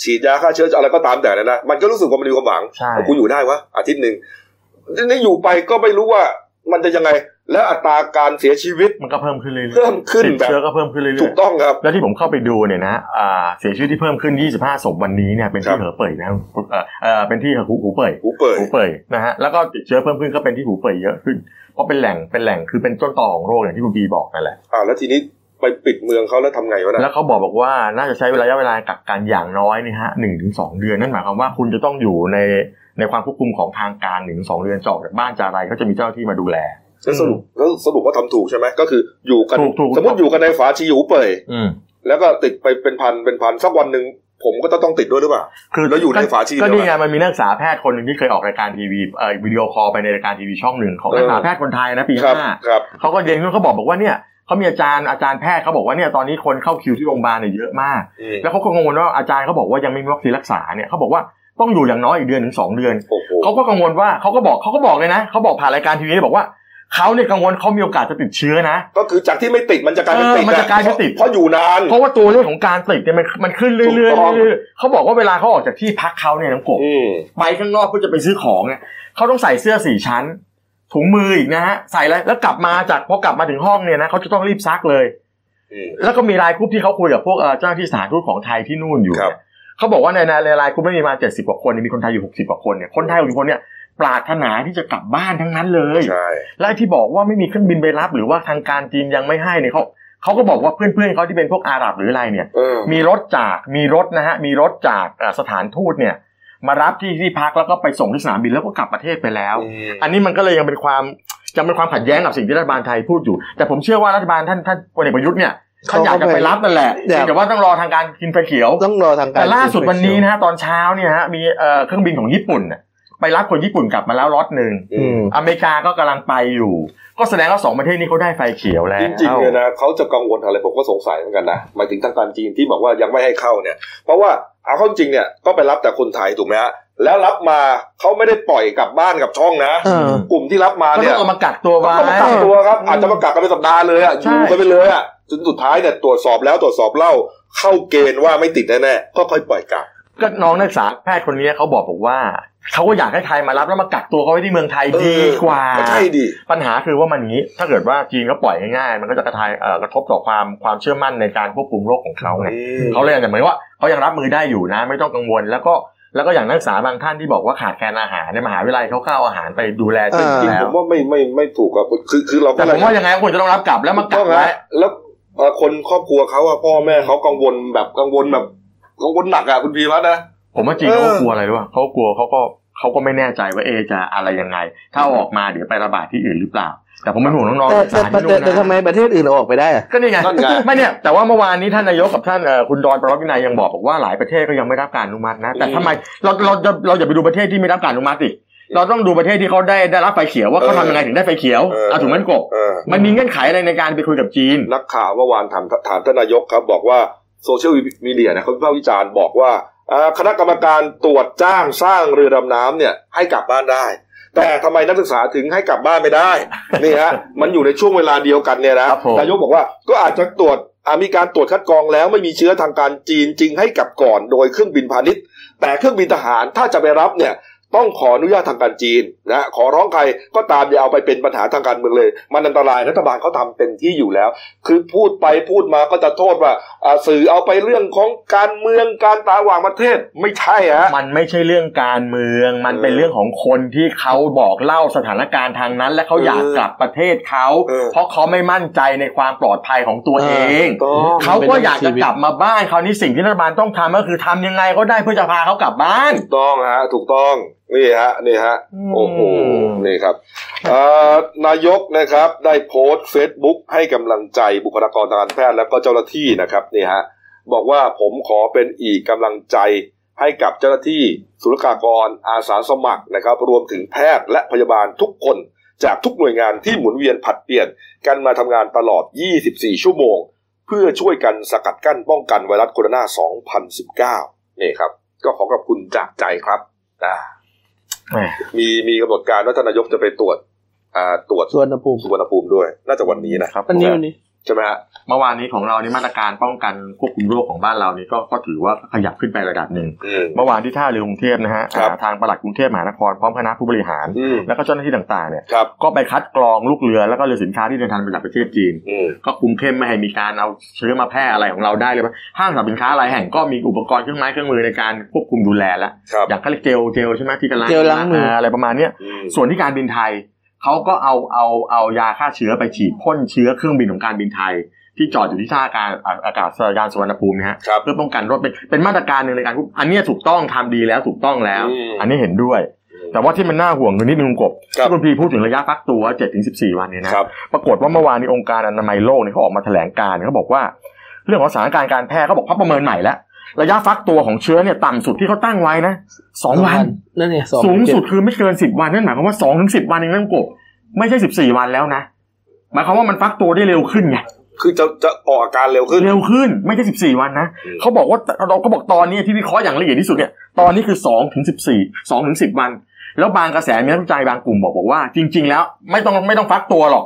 A: ฉีดยาฆ่าเชื้ออะไรก็ตามแต่นะนะมันก็รู้สึกว่ามันมีความหวัง
B: ใช่
A: กูอยู่ได้วะอาทิตย์หนึ่งนี่อยู่ไปก็ไม่รู้ว่ามันจะยังไง แล้วอัตราการเสียชีวิต
B: มันก็เพิ่มขึ้นเรื่อยๆ
A: เพิ่มขึ้น
B: ติด
A: แบบ
B: เชื้อก็เพิ่มขึ้นเรื่อยๆ
A: ถูกต้องครับ
B: แล้วที่ผมเข้าไปดูเนี่ยนะอ่าเสียชีวิตที่เพิ่มขึ้น 25 ศพวันนี้เนี่ยเป็น
A: ครั
B: ที่
A: บ
B: เหอเป่ยนะเอ่อเอ่อเป็นที่หูหูเป่ย
A: หูเปิด
B: หูเป่ยนะฮะ แล้วก็ติดเชื้อเพิ่มขึ้นก็เป็นที่หูเป่ยเยอะขึ้น เพราะเป็นแหล่ง เป็นแหล่ง คือเป็นต้นตอของโรคอย่างที่คุณบีบอกนั่นแหละ
A: อ่า แล้วทีนี้ไปปิดเมืองเขาแล้วทำไงวะ
B: แล้
A: นะ
B: วเขาบอกบอกว่าน่าจะใช้ระยะเวลากักกันอย่างน้อยนี่ฮะหนึ่งถึงสองเดือน นั่นหมายความว่าคุณจะต้องอยู่ใน ในความควบคุมของทางการหนึ่งถึงสองเดือนจะออกจากบ้านจะอะไรก็จะมีเจ้าหน้าที่มาดูแล
A: แล้วสรุปแล้วสรุปว่าทำถูกใช่ไหมก็คืออยู่กัน
B: ถูกถูก
A: สมมติอยู่กันในฝาชีหูเปิด
B: อืม
A: แล้วก็ติดไปเป็นพันเป็นพันสักวันหนึ่งผมก็ต้องติดด้วยหรือเปล่า
B: คือ
A: แล้วอยู่ในฝาชี
B: ก็
A: เดียวกัน
B: นี่ไงมันมีนักศึกษาแพทย์คนหนึ่งที่เคยออกรายการทีวีเอ่อวิดีโอคอลไปในรายการทีวีช่องหนึ่งของนักศึกษา
A: เออ
B: แพทย์คนไทยนะปี
A: ครับ
B: ห้า
A: ครับ
B: เขาก็เรียนเขาบอกบอกว่าเนี่ยเขามีอาจารย์อาจารย์แพทย์เขาบอกว่าเนี่ยตอนนี้คนเข้าคิวที่โรงพยาบาลเนี่ยเยอะมาก
A: อืม
B: แล้วเขาก็กังวลว่าอาจารย์เขาบอกว่ายังไม่มีวัคซีนรักษาเนี่ยเขาบอกว่าต้องอยู่อย่างน้อยอีกเดือนถึงสองเดือน
A: โอ้โห
B: เขาก็กังวลว่าเขาก็บอกเขาก็บอกเลยนะเขาบอกผ่านรายการทีวีเลยบอกว่าเขาเนี่ยกังวลเขามีโอกาสจะติดเชื้อนะ
A: ก็คือจากที่ไม่ติดมันจะกลายเป็นติด
B: เออมันจะกลายเป็นติด
A: เพราะอยู่นาน
B: เพราะว่าตัวเลขของการติดเนี่ยมันมันขึ้นเรื่อยๆ
A: ถูกต้อง
B: เรื่อยๆเขาบอกว่าเวลาเขาออกจากที่พักเขาเนี่ยน้องกบ
A: อืม
B: ไปข้างนอกเพื่อจะไปซื้อของเนี่ยเขาต้องใส่เสื้อสี่ชั้น ถุงมืออีกนะฮะใส่แล้วแล้วกลับมาจากพอกลับมาถึงห้องเนี่ยนะเขาจะต้องรีบซักเลย
A: อืม
B: แล้วก็มีไลน์กรุ๊ปที่เขาคุยกับพวกเอ่อเจ้าหน้าที่สถานทูตของไทยที่นู่นอยู่
A: ครับ
B: เนี่ยเขาบอกว่าในในไลน์กรุ๊ปไม่มีมาเจ็ดสิบกว่าคนเนี่ยมีคนไทยอยู่หกสิบกว่าคนเนี่ยคนไทยหกสิบคนเนี่ยปรารถนาที่จะกลับบ้านทั้งนั้นเลย
A: ใช่
B: และไอ้ที่บอกว่าไม่มีเครื่องบินไปรับ หรือว่าทางการจีนยังไม่ให้เนี่ยเขาเขาก็บอกว่าเพื่อนๆเขาที่เป็นพวกอาหรับหรืออะไรเนี่ย
A: เออ
B: มีรถจากมีรถนะฮะมีรถจากเอ่อสถานทูตเนี่ยมารับที่ที่พักแล้วก็ไปส่งที่สนามบินแล้วก็กลับประเทศไปแล้ว
A: ม
B: อันนี้มันก็เลยยังเป็นความยังเป็นความขัดแย้งกับสิ่งที่รัฐบาลไทยพูดอยู่ แต่ผมเชื่อว่ารัฐบาลท่านท่านพลเอกประยุทธ์เนี่ยท่านอยากจะไปรับนั่นแหละ
C: อยาก
B: แต่ว่าต้องรอทางการกินไฟเขียว
C: ต้องรอทางการ
B: แต่ล่าสุดวันนี้นะฮะตอนเช้าเนี่ยฮะมีเอ่อเครื่องบินของญี่ปุ่นน่ะไปรับคนญี่ปุ่นกลับมาแล้วล็อตหนึ่ง
A: อื
C: อื
A: ม
C: ม
B: อเมริกาก็กำลังไปอยู่ ก็แสดงว่าสองประเทศนี้เขาได้ไฟเขียวแล้ว
A: จริงๆเนี่ยนะเขาจะกังวลอะไรผมก็สงสัยเหมือนกันนะหมายถึงทางการจีนที่บอกว่ายังไม่ให้เข้าเนี่ย เพราะว่าเอาเข้าจริงเนี่ยก็ไปรับแต่คนไทยถูกไหมฮะแล้วรับมาเขาไม่ได้ปล่อยกลับบ้านกลับช่องนะ
C: เออ
A: กลุ่มที่รับมา
B: ก็
A: เนี่
B: ต้อย งเอามากักตัวไว้
A: ก็มากักตัวครับอาจจะมากักกันเป็นสัปดาห์เลยอ่ะอ
B: ใช่
A: ยู่กันไปเลยอ่ะจนสุดท้ายเนี่ยตรวจสอบแล้วตรวจสอบเล่าเข้าเกณฑ์ว่าไม่ติดแน่ๆก็ค่อยปล่อยกลับ
B: ก็น้องนักศึกษาแพทย์คนนี้เขาบอกบอกว่าเขาก็อยากให้ไทยมารับแล้วมากักตัวเขาไว้ที่เมืองไทยดีกว่า
A: ก็ใช่ดิ
B: ปัญหาคือว่ามันอย่างนี้ถ้าเกิดว่าจีนก็ปล่อยง่ายๆ มันก็จะกระทายเอ่อกระทบต่อความความเชื่อมั่นในการควบคุมโรคของเขาไงเขาเลยอาจจะเหมือนว่าเขายังรับมือได้อยู่นะ ไม่ต้องกังวล แล้วก็แล้วก็อย่างนักศึกษาบางท่านที่บอกว่าขาดแคลนอาหารในยมหาวิทยาลัยเขาก็เอาอาหารไปดูแลช่วย
C: เออ
A: จริง
B: แล้
A: ผ
B: ว
A: มว่าไม่ไม่ไม่ถูกกับคือคือเราก็
B: แต่ผมว่ายังไงก็ควรจะต้องรับกลับแล้วมากัก
A: ถูต้อง
B: ไว้
A: ฮะแล้วเอ่อคนครอบครัวเขาอะพ่อแม่เขากังวลแบบกังวลแบบกังวลหนักอะคุณพีพัฒน์นะ
B: ผมว่าจีนเขาก็
A: เออ
B: กลัวอะไรรู้ป่ะเขากลัวเขาก็เขาก็ไม่แน่ใจว่าเอะจะอะไรยังไง ถ้าเอาออกมาเดี๋ยวไประบาดที่อื่นหรือเปล่า แต่ผมเป็นห่วงน้องๆ
C: แต่
B: นักศึก
C: แต่แต่
B: ษาที่นู่น
C: แต่ทำ
B: นะ
C: ไมประเทศอื่นเอาออกไปได้อะ
B: ก็นี่ไง
A: นั่นไง
B: ไม่เนี่ยแต่ว่าเมื่อวานนี้ท่านนายกกับท่านเอ่อคุณดอนประวัติวินัยยังบอกบอกว่าหลายประเทศก็ยังไม่รับการอนุมัตินะ แต่ทำไมเราเราเราเราอย่าไปดูประเทศที่ไม่รับการอนุมัติดิเราต้องดูประเทศที่เขาได้ได้รับไฟเขียวว่าเขาทำยังไงถึงได้ไฟเขียว
A: เออ
B: เอาถูกไหมกบ
A: เออ
B: มันมีเงื่อนไขอะไรในการไปคุยกับจีน
A: นักข่าวเมื่อวานถามถามท่านนายกครับ บอกว่าโซเชียลมีเดียเนี่ยเขาวิพากษ์วิจารณ์บอกว่าอ่าคณะกรรมการตรวจจ้างสร้างเรือดำน้ำเนี่ยให้กลับบ้านได้ แต่ทำไมนักศึกษาถึงให้กลับบ้านไม่ ได้นี่ฮะมันอยู่ในช่วงเวลาเดียวกันเนี่ยนะครับ
B: ผม
A: นายกบอกว่าก็อาจจะตรวจอ่ามีการตรวจคัดกรองแล้วไม่มีเชื้อทางการจีนจึงให้กลับก่อนโดยเครื่องบินพาณิชย์ แต่เครื่องบินทหารถ้าจะไปรับเนี่ย ต้องขออนุญาตทางการจีนนะขอร้องใครก็ตามอย่าเอาไปเป็นปัญหาทางการเมืองเลย มันอันตรายรัฐบาลเขาทำเต็มที่อยู่แล้ว คือพูดไปพูดมาก็จะโทษว่าอ่าสื่อเอาไปเรื่องของการเมืองการตาหว่างประเทศไม่ใช่ฮะ
B: มันไม่ใช่เรื่องการเมือง มัน
A: เออ
B: เป็นเรื่องของคนที่เขาบอกเล่าสถานการณ์ทางนั้น และเขาอยาก
A: เออก
B: ลับประเทศเขา
A: เออ
B: เพราะเขาไม่มั่นใจในความปลอดภัยของตัวเอง
A: ถูกต้อง
B: เขาก็อยากจะกลับมาบ้านคราวนี้สิ่งที่รัฐบาลต้องทำก็คือทำยังไงก็ได้เพื่อจะพาเขากลับบ้าน
A: ถูกต้องฮะถูกต้องนี่ฮะนี่ฮะ
B: อืม
A: โอ้โหนี่ครับเอ่อนายกนะครับได้โพสต์ Facebook ให้กำลังใจบุคลากรทางการแพทย์และก็เจ้าหน้าที่นะครับนี่ฮะบอกว่าผมขอเป็นอีกกำลังใจให้กับเจ้าหน้าที่ศุลกากรอาสาสมัครนะครับ รวมถึงแพทย์และพยาบาลทุกคนจากทุกหน่วยงานที่หมุนเวียนผลัดเปลี่ยนกันมาทำงานตลอด 24 ชั่วโมง เพื่อช่วยกันสกัดกั้นป้องกันไวรัสโคโรนา 2019 นี่ครับ ก็ขอขอบคุณจากใจครับอ่า
B: แหม
A: มีมีกำหนดการว่าท่านนายกจะไปตรวจ อ่าตรวจ
C: ส่วนอุณหภูมิ
A: สุวรรณภูมิด้วย น่าจะวันนี้นะ
C: วันนี้วันนี้
A: ใช่ไหมฮะ
B: เมื่อวานนี้ของเรานี่มาตรการป้องกันควบคุมโรคของบ้านเรานี่ก็ก็ถือว่าขยับขึ้นไประดับหนึ่ง
A: อืม
B: เมื่อวานที่ท่าเรือกรุงเทพนะฮะ
A: ครับ
B: อ่าทางปลัดกรุงเทพมหานครพร้อมคณะผู้บริหาร
A: อืม
B: แล้วก็เจ้าหน้าที่ต่างๆเนี่ย
A: ครับ
B: ก็ไปคัดกรองลูกเรือแล้วก็เรือสินค้าที่เดินทางมาจากประเทศจีน
A: อืม
B: ก็คุมเข้มไม่ให้มีการเอาเชื้อมาแพร่อะไรของเราได้เลยปะห้างสรรพสินค้ารายแห่งก็มีอุปกรณ์เครื่องไม้เครื่องมือในการควบคุมดูแลแล้ว
A: ครับ
B: อย่างก็เรียกเจลเจลใช่ไหมที่กันล้าง
C: เจลล้างมือ
B: อะไรประมาณเนี้ย
A: อืม
B: ส่วนที่การบินไทยเขาก็เอาเอาเอายาฆ่าเชื้อไปฉีดพ่นเชื้อเครื่องบินของการบินไทย ที่จอดอยู่ที่ท่าอาการอ่าอากาศยานสุวรรณภูมินะฮะ
A: ครับ
B: เพื่อป้องกันรถเป็นเป็นมาตรการหนึ่งในการควบอันเนี้ยถูกต้องทำดีแล้วถูกต้องแล้ว
A: อืม
B: อันนี้เห็นด้วย แต่ว่าที่มันน่าห่วงคือนิดนึงคุณกบ
A: ครับ
B: ที่คุณพีพูดถึงระยะฟักตัว7-14 วันเนี่ยนะ
A: ครับ
B: ปรากฏว่าเมื่อวานนี้องค์การอนามัยโลกเนี่ยเขาออกมาแถลงการณ์เขาบอกว่า เรื่องของสถานการณ์การแพร่เขาบอกเขาประเมินใหม่แล้ว ระยะฟักตัวของเชื้อเนี่ยต่ำสุดที่เขาตั้งไว้นะสองวัน
C: นั่นเนี่ยสอง
B: สูงสุดคือไม่เกินสิบวันนั่นหมายความว่าสองถึงสิบวันเองนั่นกบไม่ใช่สิบสี่วันแล้วนะหมายความว่ามันฟักตัวได้เร็วขึ้นไง
A: คือจะจะออกอาการเร็วขึ้น
B: เร็วขึ้นไม่ใช่สิบสี่วันนะ
A: อืม
B: เขาบอกว่าเราก็บอกตอนนี้ที่วิเคราะห์อย่างละเอียดที่สุดเนี่ยตอนนี้คือสองถึงสิบสี่สองถึงสิบวัน แล้วบางกระแสมีนักวิจัยบางกลุ่มบอกบอกว่า จริง ๆ แล้วไม่ต้องไม่ต้องฟักตัวหรอก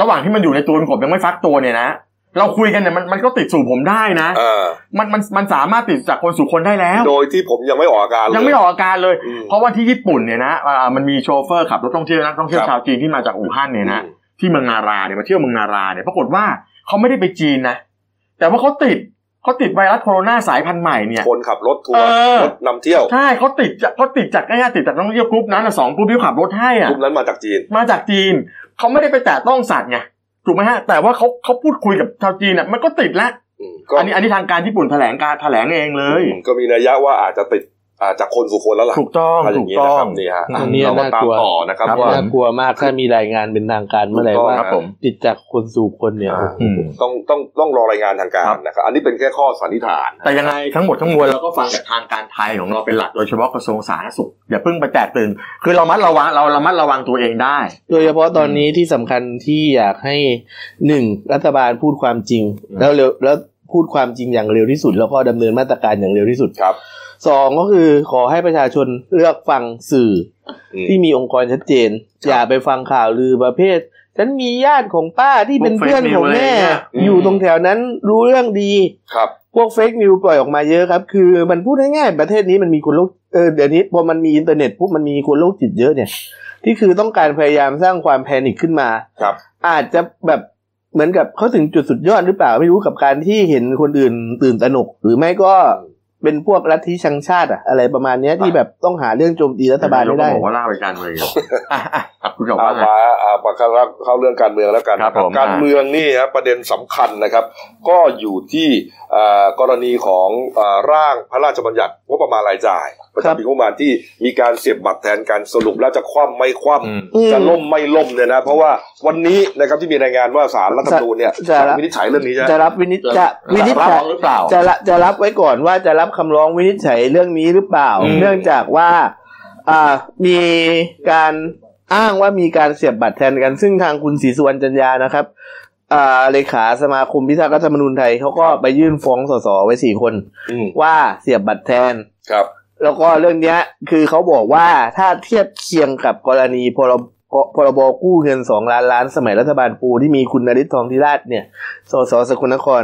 B: ระหว่างที่มันอยู่ในตัวกบยังไม่ฟักตัวเนี่ยนะ เราคุยกันเนี่ยมันมันก็ติดสู่ผมได้นะ
A: อ่า
B: มันมันมันสามารถติดจากคนสู่คนได้แล้ว
A: โดยที่ผมยังไม่ออกอาการเล
B: ยังไม่ออกอาการเลย
A: อืม
B: เพราะว่าที่ญี่ปุ่นเนี่ยนะอ่ามันมีโชเฟอร์ขับรถท่องเที่ยวนักท่องเที่ย
A: ค
B: ว
A: รับ
B: ชาวจีนที่มาจากอู่ฮั่นเนี่ยนะ
A: อืม
B: ที่เมืองนาราเนี่ยมาเที่ยวเมืองนาราเนี่ยปรากฏว่าเขาไม่ได้ไปจีนนะแต่ว่าเขาติดเขาติดไวรัสโคโรนาสายพันธุ์ใหม่เนี่ย
A: คนขับรถทัว
B: เอ
A: ร์
B: อ
A: รถนำเที่ยว
B: ใช่เขาติดจากเขาติดจากไอ้เนี่ยติดจากนักท่องเที่ยวกรุ๊ปนั้นน่ะสองกรุ๊ปที่ขับรถให้
A: ก
B: อ่ะ
A: ลุ่มนั้นมาจากจีน
B: มาจากจีนเขาไม่ได้ไปแตะต้องสัตว์ไงถูกไหมฮะแต่ว่าเขาเขาพูดคุยกับชาวจีนอ่ะมันก็ติดละ
A: อืมก็
B: อันนี้อันนี้ทางการญี่ปุ่นแถลงการแถลงเองเลย
A: อืมก็มีนัยยะว่าอาจจะติดอ่าจากคนสู่คนแล้วล่ะ
B: ถูกต้อง
A: อะไรอ
B: ถู
A: ย่าง
B: ก
A: นี้
B: ต้
A: นะค
B: อง
A: รับนี่ฮะ
C: อันนี้
A: เราก็
C: น่า
A: ตาก ม
C: ลัว
A: ต่อนะครับ
B: ครับ
A: ว่า
C: น่ากลัวมากถ้ามีรายงานเป็นทางการเมื่อไหร่ว่า
B: ครับผม
C: ติดจากคนสู่คนเนี่ย
A: อ่า
C: โอ้โห
B: อืม
A: ต้องต้องต้องรอรายงานทางกา
B: ครั
A: ร
B: บ
A: นะครับ อันนี้เป็นแค่ข้อสันนิษฐาน
B: แต่ยังไงทั้งหมดทั้งมวลเราก็ฟังจากทางการไทยของเราเป็นหลักโดยเฉพาะกระทรวงสาธารณสุขอย่าเพิ่งไปแตกตื่น คือเรามัดระวังเราระมัดระวังตัวเองได้
C: โดยเฉพาะตอนนี้ที่สำคัญที่อยากให้หนึ่งรัฐบาลพูดความจริง
B: อืม
C: แล้วเร็วแล้วพูดความจริงอย่างเร็วที่สุด แล้วก็ดำเนินมาตรการอย่างเร็วที่สุด
A: ครับ
C: สองก็คือขอให้ประชาชนเลือกฟังสื่อ
A: อืม
C: ที่มีองค์กรชัดเจน อย่าไปฟังข่าวลือประเภท ฉันมีญาติของป้าที่เป็น
B: พวก fake
C: เพื่อนของแม่
B: news อะไรเงี้ย
C: อยู่
A: อืม
C: ตรงแถวนั้นรู้เรื่องดี
A: ครับ
C: พวกเฟกนิวปล่อยออกมาเยอะครับ คือมันพูดง่ายๆประเทศนี้มันมีคนโรคเออเดี๋ยวนี้พอมันมีอินเทอร์เน็ตปุ๊บมันมีคนโรคจิตเยอะเนี่ย ที่คือต้องการพยายามสร้างความแพนิคขึ้นมา
A: ครับ
C: อาจจะแบบเหมือนกับเขาถึงจุดสุดยอดหรือเปล่าไม่รู้กับการที่เห็นคนอื่นตื่นตระหนก หรือไม่ก็เป็นพวกลัทธิชังชาติอะอะไรประมาณเนี้ยที่แบบต้องหาเรื่องโจมตีรัฐบาลไม่ได้
B: เยวเก็บอกว่าล่าไปการเมือง อยู่อ่ะอ่ะอ่ะคุณกบ
A: เอา
B: ว่าไง
A: มาเอามาเข้าเข้าเรื่องการเมืองแล้วกัน
B: ครับผม
A: การเมืองนี่ฮะประเด็นสำคัญนะครับ ก็อยู่ที่เอ่อกรณีของเอ่อร่างพระราชบัญญัติงบประมาณรายจ่ายประ
C: ครับ
A: จำปีงบประมาณที่มีการเสียบบัตรแทนการสรุปแล้วจะคว่ำไม่คว่
B: อืม
C: อืม
A: ำจะล่มไม่ล่มเนี่ยนะเพราะว่าวันนี้นะครับที่มีรายงานว่าสารรัฐธรรมนูญเนี่ย
C: จะรับ
A: วินิจฉัยเรื่องนี้ใช่ไหม
C: จะรับวินิจจะวินิจ
B: รับ
C: ฉัย
B: หรือเปล่า
C: จะละจะรับไว้ก่อนว่าจะรับคำร้องวินิจฉัยเรื่องนี้หรือเปล่า
A: อืม
C: เนื่องจากว่าอ่ามีการอ้างว่ามีการเสียบบัตรแทนกัน ซึ่งทางคุณศรีสุวรรณจันยานะครับอ่าเลขาสมาคมพิทักษ์รัฐธรรมนูญไทยเขาก็ไปยื่นฟ้องสสไว้สี่คน
A: อืม
C: ว่าเสียบบัตรแทน
A: ครับ
C: แล้วก็เรื่องเนี้ยคือเขาบอกว่าถ้าเทียบเคียงกับกรณีพรบพรบกู้เงินสองล้านล้านสมัยรัฐบาลปูที่มีคุณนริศทองธิราชเนี่ย สสสกลนคร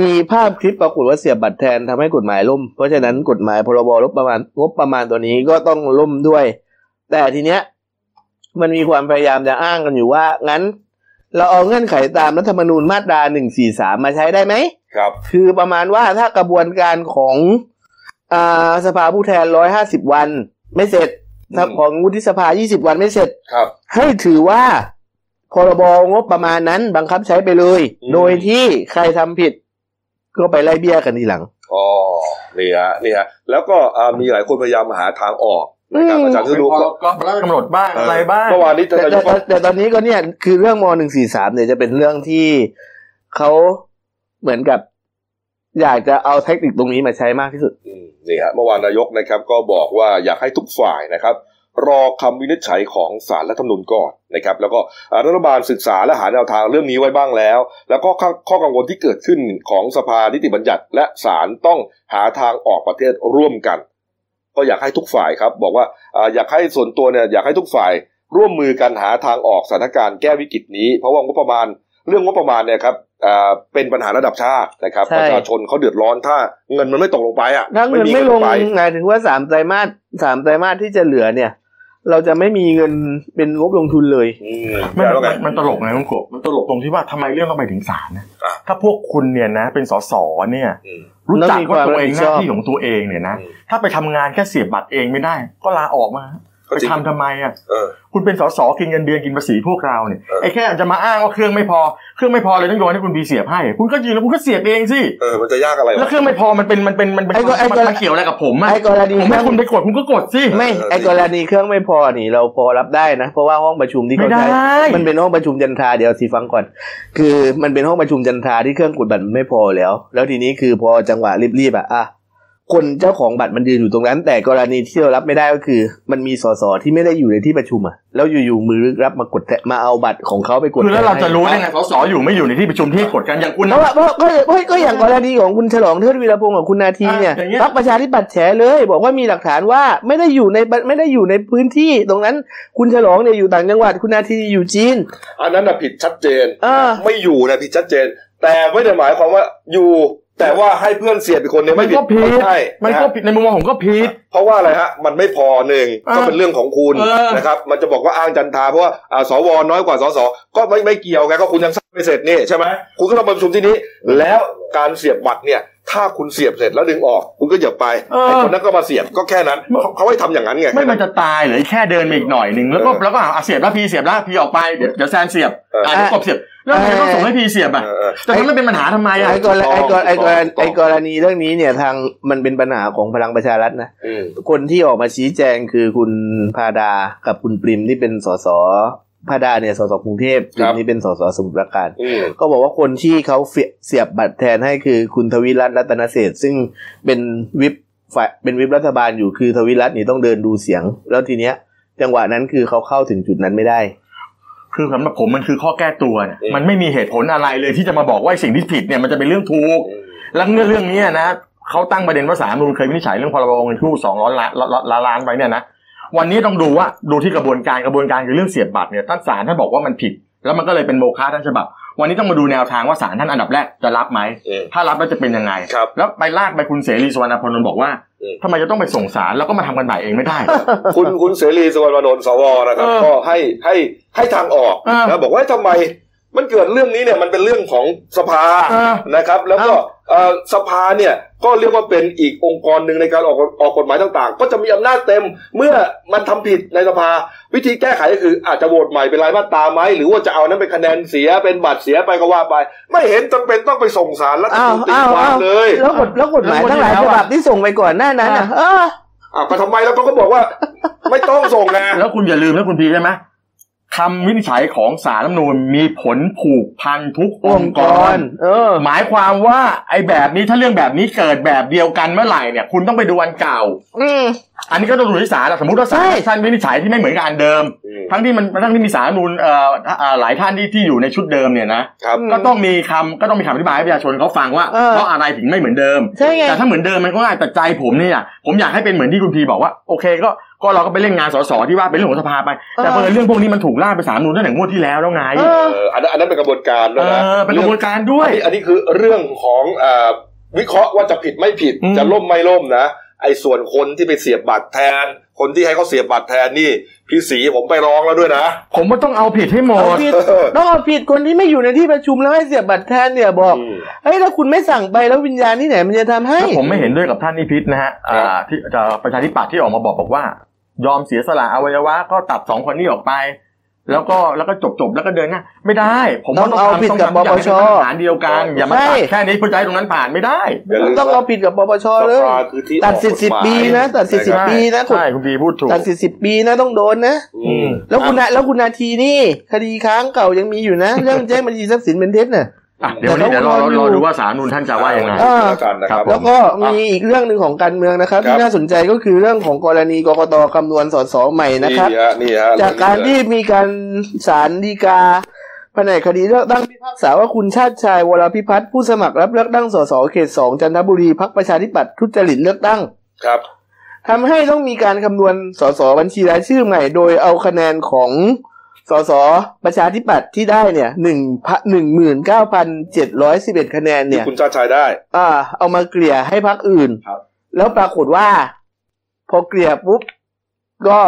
C: มีภาพคลิปปรากฏว่าเสียบบัตรแทนทำให้กฎหมายล่ม เพราะฉะนั้นกฎหมายพรบลบประมาณงบประมาณตัวนี้ก็ต้องล่มด้วย แต่ทีเนี้ยมันมีความพยายามจะอ้างกันอยู่ว่า งั้น เราเอาเงื่อนไขตามรัฐธรรมนูญมาตราหนึ่งสี่สามมาใช้ได้ไหม
A: ครับ
C: คือประมาณว่าถ้ากระบวนการของอาสภาผู้แทนร้อยห้าสิบวัน ไม่เสร็จถ้าของวุฒิสภายี่สิบวันไม่เสร็จ
A: ครับ
C: ให้ถือว่าพรบงบประมาณนั้นบังคับใช้ไปเลย
A: อืม
C: โดยที่ใครทำผิด ก็ไปไล่เบี้ยกันทีหลัง
A: อ๋อนี่ฮะนี่ฮะแล้วก็อ่ามีหลายคนพยายามหาทางออกนะครับ
C: อืม
A: อาจารย์
B: ก็
A: ที่รู้ก็
B: ก็ร่างกำหนดบ้างอะไรบ้าง
A: เมื่อวานนี้
C: แต่
A: ท่านนา
C: แต่
A: ยก
C: แต่แต่ตอนนี้ก็เนี่ยคือเรื่องมหนึ่งสี่สามเนี่ยจะเป็นเรื่องที่เขาเหมือนกับ อยากจะเอาเทคนิคตรงนี้มาใช้มากที่สุด
A: อืมนี่ฮะเมื่อวานนายกนะครับ ก็บอกว่าอยากให้ทุกฝ่ายนะครับ รอคำวินิจฉัยของศาลรัฐธรรมนูญก่อนนะครับ แล้วก็อ่ารัฐบาลศึกษาและหาแนวทางเรื่องนี้ไว้บ้างแล้ว แล้วก็ข้อข้อกังวลที่เกิดขึ้นของสภานิติบัญญัติ และศาลต้องหาทางออกประเทศร่วมกัน ก็อยากให้ทุกฝ่ายครับ บอกว่าอ่าอยากให้ส่วนตัวเนี่ยอยากให้ทุกฝ่าย ร่วมมือกันหาทางออกสถานการณ์แก้วิกฤตนี้ เพราะว่างบประมาณเรื่องงบประมาณเนี่ยครับอ่าเป็นปัญหาระดับชาตินะครับ
C: ใช่
A: ประชาชนเขาเดือดร้อนถ้าเงินมันไม่ตกลงไปอ่ะ
C: ถ้าเงิน
A: มี
C: ไม่ลง
A: ไป
C: หมายถึงว่าสามไตรมาสสามไตรมาสที่จะเหลือเนี่ย เราจะไม่มีเงินเป็นงบลงทุนเลย
A: อื
B: มัน
A: แล้วไง
B: มันมันตลกไงคุณกบมันตลกตรงที่ว่าทำไมเรื่องต้องไปถึงศาลนะ
A: อ่ะ
B: ถ้าพวกคุณเนี่ยนะ เป็นสสเนี่ย
A: อืม
B: รู้จักว่าตัวเองห
C: แล้วมีความรับผิดชอบ
B: น้าที่ของตัวเองเนี่ยนะ
A: อืม
B: ถ้าไปทำงานแค่เสียบบัตรเองไม่ได้ ก็ลาออกมา
A: ก็
B: ไป
A: จริง
B: ทำทำไมอ่ะ
A: เออ
B: คุณเป็นสสกินเงินเดือนกินภาษีพวกเราเนี่ย
A: เออ
B: ไอ้แค่จะมาอ้างว่าเครื่องไม่พอเครื่องไม่พอเลยต้องโยนให้คุณบีเสียบให้ คุณก็ยืนแล้วคุณก็เสียบเองสิ
A: เออมันจะยากอะไร
B: แล้ว
A: วะ
B: เครื่องไม่พอมันเป็นมันเป็นมันเป็น
C: ไอ้ก็ไอ้
B: มัน
C: ก็
B: มันเกี่ยวอะไรกับผมอะ
C: ไอ้กรณี
B: ผม
C: เครื่อ
B: ให้
C: ง
B: คุณไปกดคุณก็กดสิ
C: ไม่
A: เออ
C: ไอ้
A: ดี
C: กรณีเครื่องไม่พอนี่เราพอรับได้นะ เพราะว่าห้องประชุมที่เขา
B: ไม่
C: ใช้
B: ได้
C: มันเป็นห้องประชุมจันทราเดี๋ยวสิฟังก่อน คือมันเป็นห้องประชุมจันทราที่เครื่องกดบัตรมันไม่พอแล้ว แล้วทีนี้คือพอจังหวะรีบๆอ่ะอ่ะคนเจ้าของบัตรมันยืนอยู่ตรงนั้น แต่กรณีที่เรารับไม่ได้ก็คือ มันมีสสที่ไม่ได้อยู่ในที่ประชุมอ่ะแล้วอยู่ๆมือรับมากดแตะมาเอาบัตรของเขาไปกด
B: คือแล้วเรา
C: ให้
B: จะรู้ได้ไงสสอยู่ไม่อยู่ในที่ประชุมที่ให้กดกันอย่างคุณ
C: เพ
B: นะ
C: ราะว่าเพราะก็ก็ก็อย่างกรณีของคุณฉลองเทิดวีรพงศ์กับคุณนาทีเนี่ย
B: อ่ะอย่างเงี้ย
C: พักประชาธิปัตย์แฉเลย บอกว่ามีหลักฐานว่าไม่ได้อยู่ในบัไม่ได้อยู่ในพื้นที่ ตรงนั้นคุณฉลองเนี่ยอยู่ต่างจังหวัดคุณนาทีอยู่จีน
A: อันนั้นน่ะผิดชัดเจน
C: เออ
A: ไม่อยู่นะผิดชัดเจน แต่ไม่ได้หมายความว่าอยู่ แต่ว่าให้เพื่อนเสียบอีกคนเนี่ย
B: มั
A: ไม่
B: น
A: ผิด
B: ก็ผิด
A: ไม่ใช่
B: มันก็ผิดในมุมมองผมก็ผิด
A: เพราะว่าอะไรฮะมันไม่พอหนึ่ง
B: เออ
A: ก็เป็นเรื่องของคุณ
B: เออ
A: นะครับ มันจะบอกว่าอ้างจันทราเพราะว่าอ่าสวน้อยกว่าสสก็ไม่ไม่เกี่ยวไงก็คุณยังสร้างไม่เสร็จนี่ใช่ไหมคุณก็ต้องมาประชุมที่นี้ แล้วการเสียบบัตรเนี่ย ถ้าคุณเสียบเสร็จแล้วดึงออก คุณก็อย่าไปไอ้คนนั้นก็มาเสียบก็แค่นั้นเขาเขาให้ทำอย่างนั้นไง
B: ไม่มันจะตายเหรือแค่เดินมาอีกหน่อยหนึ่งแล้วก็แล้วก็อ่ะเสียบแล้วพีเสียบแล้วพีออกไปเดี๋ยวเดี๋ยวแซนเสียบ
A: เอออ่
B: อ่ะเดี๋ยวกบเสียบแล้วทำไมต้องส่งให้พีเสียบอ่ะ
A: เออเออ
B: แต่มันไม่เป็นปัญหาทำไมอ่ะ
C: ไอ้กรณีไอ้กรณีไอ้กรณี
A: ถูกต้อง
C: ไอ้กรณีเรื่องนี้เนี่ยทางมันเป็นปัญหาของพลังประชารัฐนะ
A: อืม
C: คนที่ออกมาชี้แจงคือคุณพาดากับคุณปริมที่เป็นสสพาดาเนี่ยสสกรุงเทพปริ
A: ครั
C: ม
A: บ
C: นี่เป็นสสสมุทรปราการ
A: อืม
C: ก็บอกว่าคนที่เขาเสียเสียบบัตรแทนให้คือคุณทวิรัตน์รัตนเศรษฐ์ซึ่งเป็นวิปฝ่ายเป็นวิปรัฐบาลอยู่คือทวิรัตน์นี่ต้องเดินดูเสียง แล้วทีเนี้ย จังหวะนั้นคือเขาเข้าถึงจุดนั้นไม่ได้
B: คือสำหรับผมมันคือข้อแก้ตัวเนี่ย
A: เออ
B: มันไม่มีเหตุผลอะไรเลยที่จะมาบอกว่าไอ้สิ่งที่ผิดเนี่ยมันจะเป็นเรื่องถูก แล้วเรื่องเนี้ยนะเขาตั้งประเด็นว่าสาลรฐธรรมนูนเคยวินิจฉัยเรื่องพรบเงินกู้สองร้อยล้านล้านล้านไปเนี่ยนะวันนี้ต้องดูว่าดูที่กระบวนการกระบวนการคือเรื่องเสียบบัตรเนี่ยท่านศาลท่านบอกว่ามันผิด แล้วมันก็เลยเป็นโมฆะท่านฉบับ วันนี้ต้องมาดูแนวทางว่าศาลท่านอันดับแรกจะรับไหม
A: เออ
B: ถ้ารับแล้วจะเป็นยังไง
A: ครับ
B: แล้วไปลากไปคุณเสรีสุวรรณพลนนท์บอกว่า
A: เออ
B: ทำไมจะต้องไปส่งศาลแล้วก็มาทำกันใหม่เองไม่ได้
A: คุณ คุณเสรีสุวรรณนนท์สวนะครับ
B: เออ
A: ก็ให้ให้ให้ทางออก
B: เออ
A: นะบอกว่าทำไมมันเกิดเรื่องนี้เนี่ยมันเป็นเรื่องของสภา
B: เออ
A: นะครับ แล้วก็เอ่อสภาเนี่ยก็เรียกว่าเป็นอีกองค์กรหนึ่งในการออกออกกฎหมายต่างๆ ก็จะมีอำนาจเต็มเมื่อมันทำผิดในสภา วิธีแก้ไขก็คืออาจจะโหวตใหม่เป็นรายมาตราไหมหรือว่าจะเอานั้นเป็นคะแนนเสียเป็นบัตรเสียไปก็ว่าไป ไม่เห็นจำเป็นต้องไปส่งสารรัฐธรรมนูญตี
C: อ้าว
A: ควา
C: อ้าม ว
A: เลย
C: แล้วกฎแล้วกฎหมายทั้งหลายฉบับที่ส่งไปก่อนหน้านั้นน่ะเออ
A: อ่ะก็ทำไมแล้วเขาก็บอกว่า ไม่ต้องส่งนะ
B: แล้วคุณอย่าลืมนะคุณพีใช่ไหมคำวินิจฉัยของศาลรัฐธรรมนูญมีผลผูกพันทุกอ
C: อง
B: ง
C: ค์
B: ค์
C: ก
B: ก
C: ร
B: ร
C: เออ
B: หมายความว่าไอ้แบบนี้ถ้าเรื่องแบบนี้เกิดแบบเดียวกันเมื่อไหร่เนี่ย คุณต้องไปดูอันเก่า
C: อืม
B: อันนี้ก็ต้องดูที่ศาลอะสมมติว่าศาล
C: ใช่
B: ท่านวินิจฉัยที่ไม่เหมือนกับอันเดิม
A: อืม
B: ทั้งที่มันทั้งที่มีสารนูนเอ่อเอ่อหลายท่านที่ที่อยู่ในชุดเดิมเนี่ยนะครับ ก็ต้องมีคำก็ต้องมีคำอธิบายให้ประชาชนเขาฟังว่า
C: เออ
B: เพราะอะไรถึงไม่เหมือนเดิม
C: ใช่ไง
B: แต่ถ้าเหมือนเดิมมันก็ง่ายแต่ใจผมเนี่ยผมอยากให้เป็นเหมือนที่คุณพีบอกว่า โอเคก็ ก็เราก็ไปเล่นงานสสที่ว่าเป็นเรื่องของสภาไป แต่เผอิญเรื่องพวกนี้มันถูกล่ากไปสามนูนตั้งแต่งวดที่แล้วแล้วไง
C: เออ
A: เอออันนั้นอันนั้นเป็นกระบวนการ
B: เอ
A: แล้วนะ
B: อเป็นกระบวนการด้วย
A: อันนี้อันนี้คือเรื่องของอ่าวิเคราะห์ว่าจะผิดไม่ผิด
B: อืม
A: จะล่มไม่ล่มนะไอ้ส่วนคนที่ไปเสียบบัตรแทน คนที่ให้เขาเสียบบัตรแทนนี่พี่สีผมไปร้องแล้วด้วยนะ
B: ผมว่าต้องเอาผิดให้หม
C: เอา
B: ด
C: ผิด
A: เออ
C: ต้องเอาผิดคนที่ไม่อยู่ในที่ประชุมแล้วให้เสียบบัตรแทนเนี่ยบอก
A: อืม
C: เฮ้ยถ้าคุณไม่สั่งไปแล้ววิญญาณที่ไหนมันจะทำให้
B: ถ้าผมไม่เห็นด้วยกับท่านนิพิษนะฮะ
A: ค
B: อ่า
A: รับ
B: ที่เอ่อประชาธิปัตย์ที่ออกมาบอกบอกว่า ยอมเสียสละอวัยวะก็ตัดสองคนนี้ออกไป แล้วก็แล้วก็จบจบแล้วก็เดินหน้าไม่ได้ ผมว่า
C: ต้
B: ต้
C: อ
B: อง ง
C: เอา
B: ทำ
C: ผิด
B: ต้อง
C: กับ
B: ทำอย่างให้
C: ปป
B: เป็น
C: ช
B: มาตรฐานเดียวกัน อย่ามา
C: ใช่
B: ตัดแค่นี้เพื่อจะให้ตรงนั้นผ่านไม่ได้
A: อย่าลืม
C: ต้องเอาผิดกับปปชเลย
A: สภาคือที่
C: ตัดสิทธิ์
A: ออกกฎหมาย
C: 10ปีนะตัดสิทธิ์
A: นะครับ
C: ปีนะคุณ
B: ใช่คุณพีพูดถูก
C: ตัดสิทธิ์สิบปีนะต้องโดนนะ
A: อืม
C: แล้วคุณนะแล้วคุณนาทีนี่คดีค้างเก่ายังมีอยู่นะ เรื่องแจ้งบัญชีทรัพย์สินเป็นเท็จน่ะ
B: อ่ะเดี๋ยววันนี้เดี๋ยวรอรอรอดูว่าสารนุนท่านจะว่ายังไง
C: เออ
A: แล้วกันนะครับ
B: ครับ
C: แล้วก็มีอีกเรื่องหนึ่งของการเมืองนะครับ
A: ครั
C: ที่
A: บ
C: น่าสนใจก็คือเรื่องของกรณีกกตคำนวณสสใหม่นะครับ
A: นี่ฮะนี่ฮะ
C: จากการที่มีการสารดีกาแผนกคดีเลือกตั้งพิพากษาว่าคุณชาติชายวรพิพัฒน์ผู้สมัครรับเลือกตั้งสสเขตสองจันทบุรีพักประชาธิปัตย์ทุจริตเลือกตั้ง
A: ครับ
C: ทำให้ต้องมีการคำนวณสสบัญชีรายชื่อใหม่ โดยเอาคะแนนของสสประชาธิปัตย์ที่ได้เนี่ยหนึ่งพันหนึ่งหมื่นเก้าพันเจ็ดร้อยสิบเอ็ดคะแนน
A: ที่
C: เนี่ย
A: คุณชาติชายได้
C: อ่า เอามาเกลี่ยให้พักอื่น
A: ครับ
C: แล้วปรากฏว่า พอเกลี่ยปุ๊บ ก็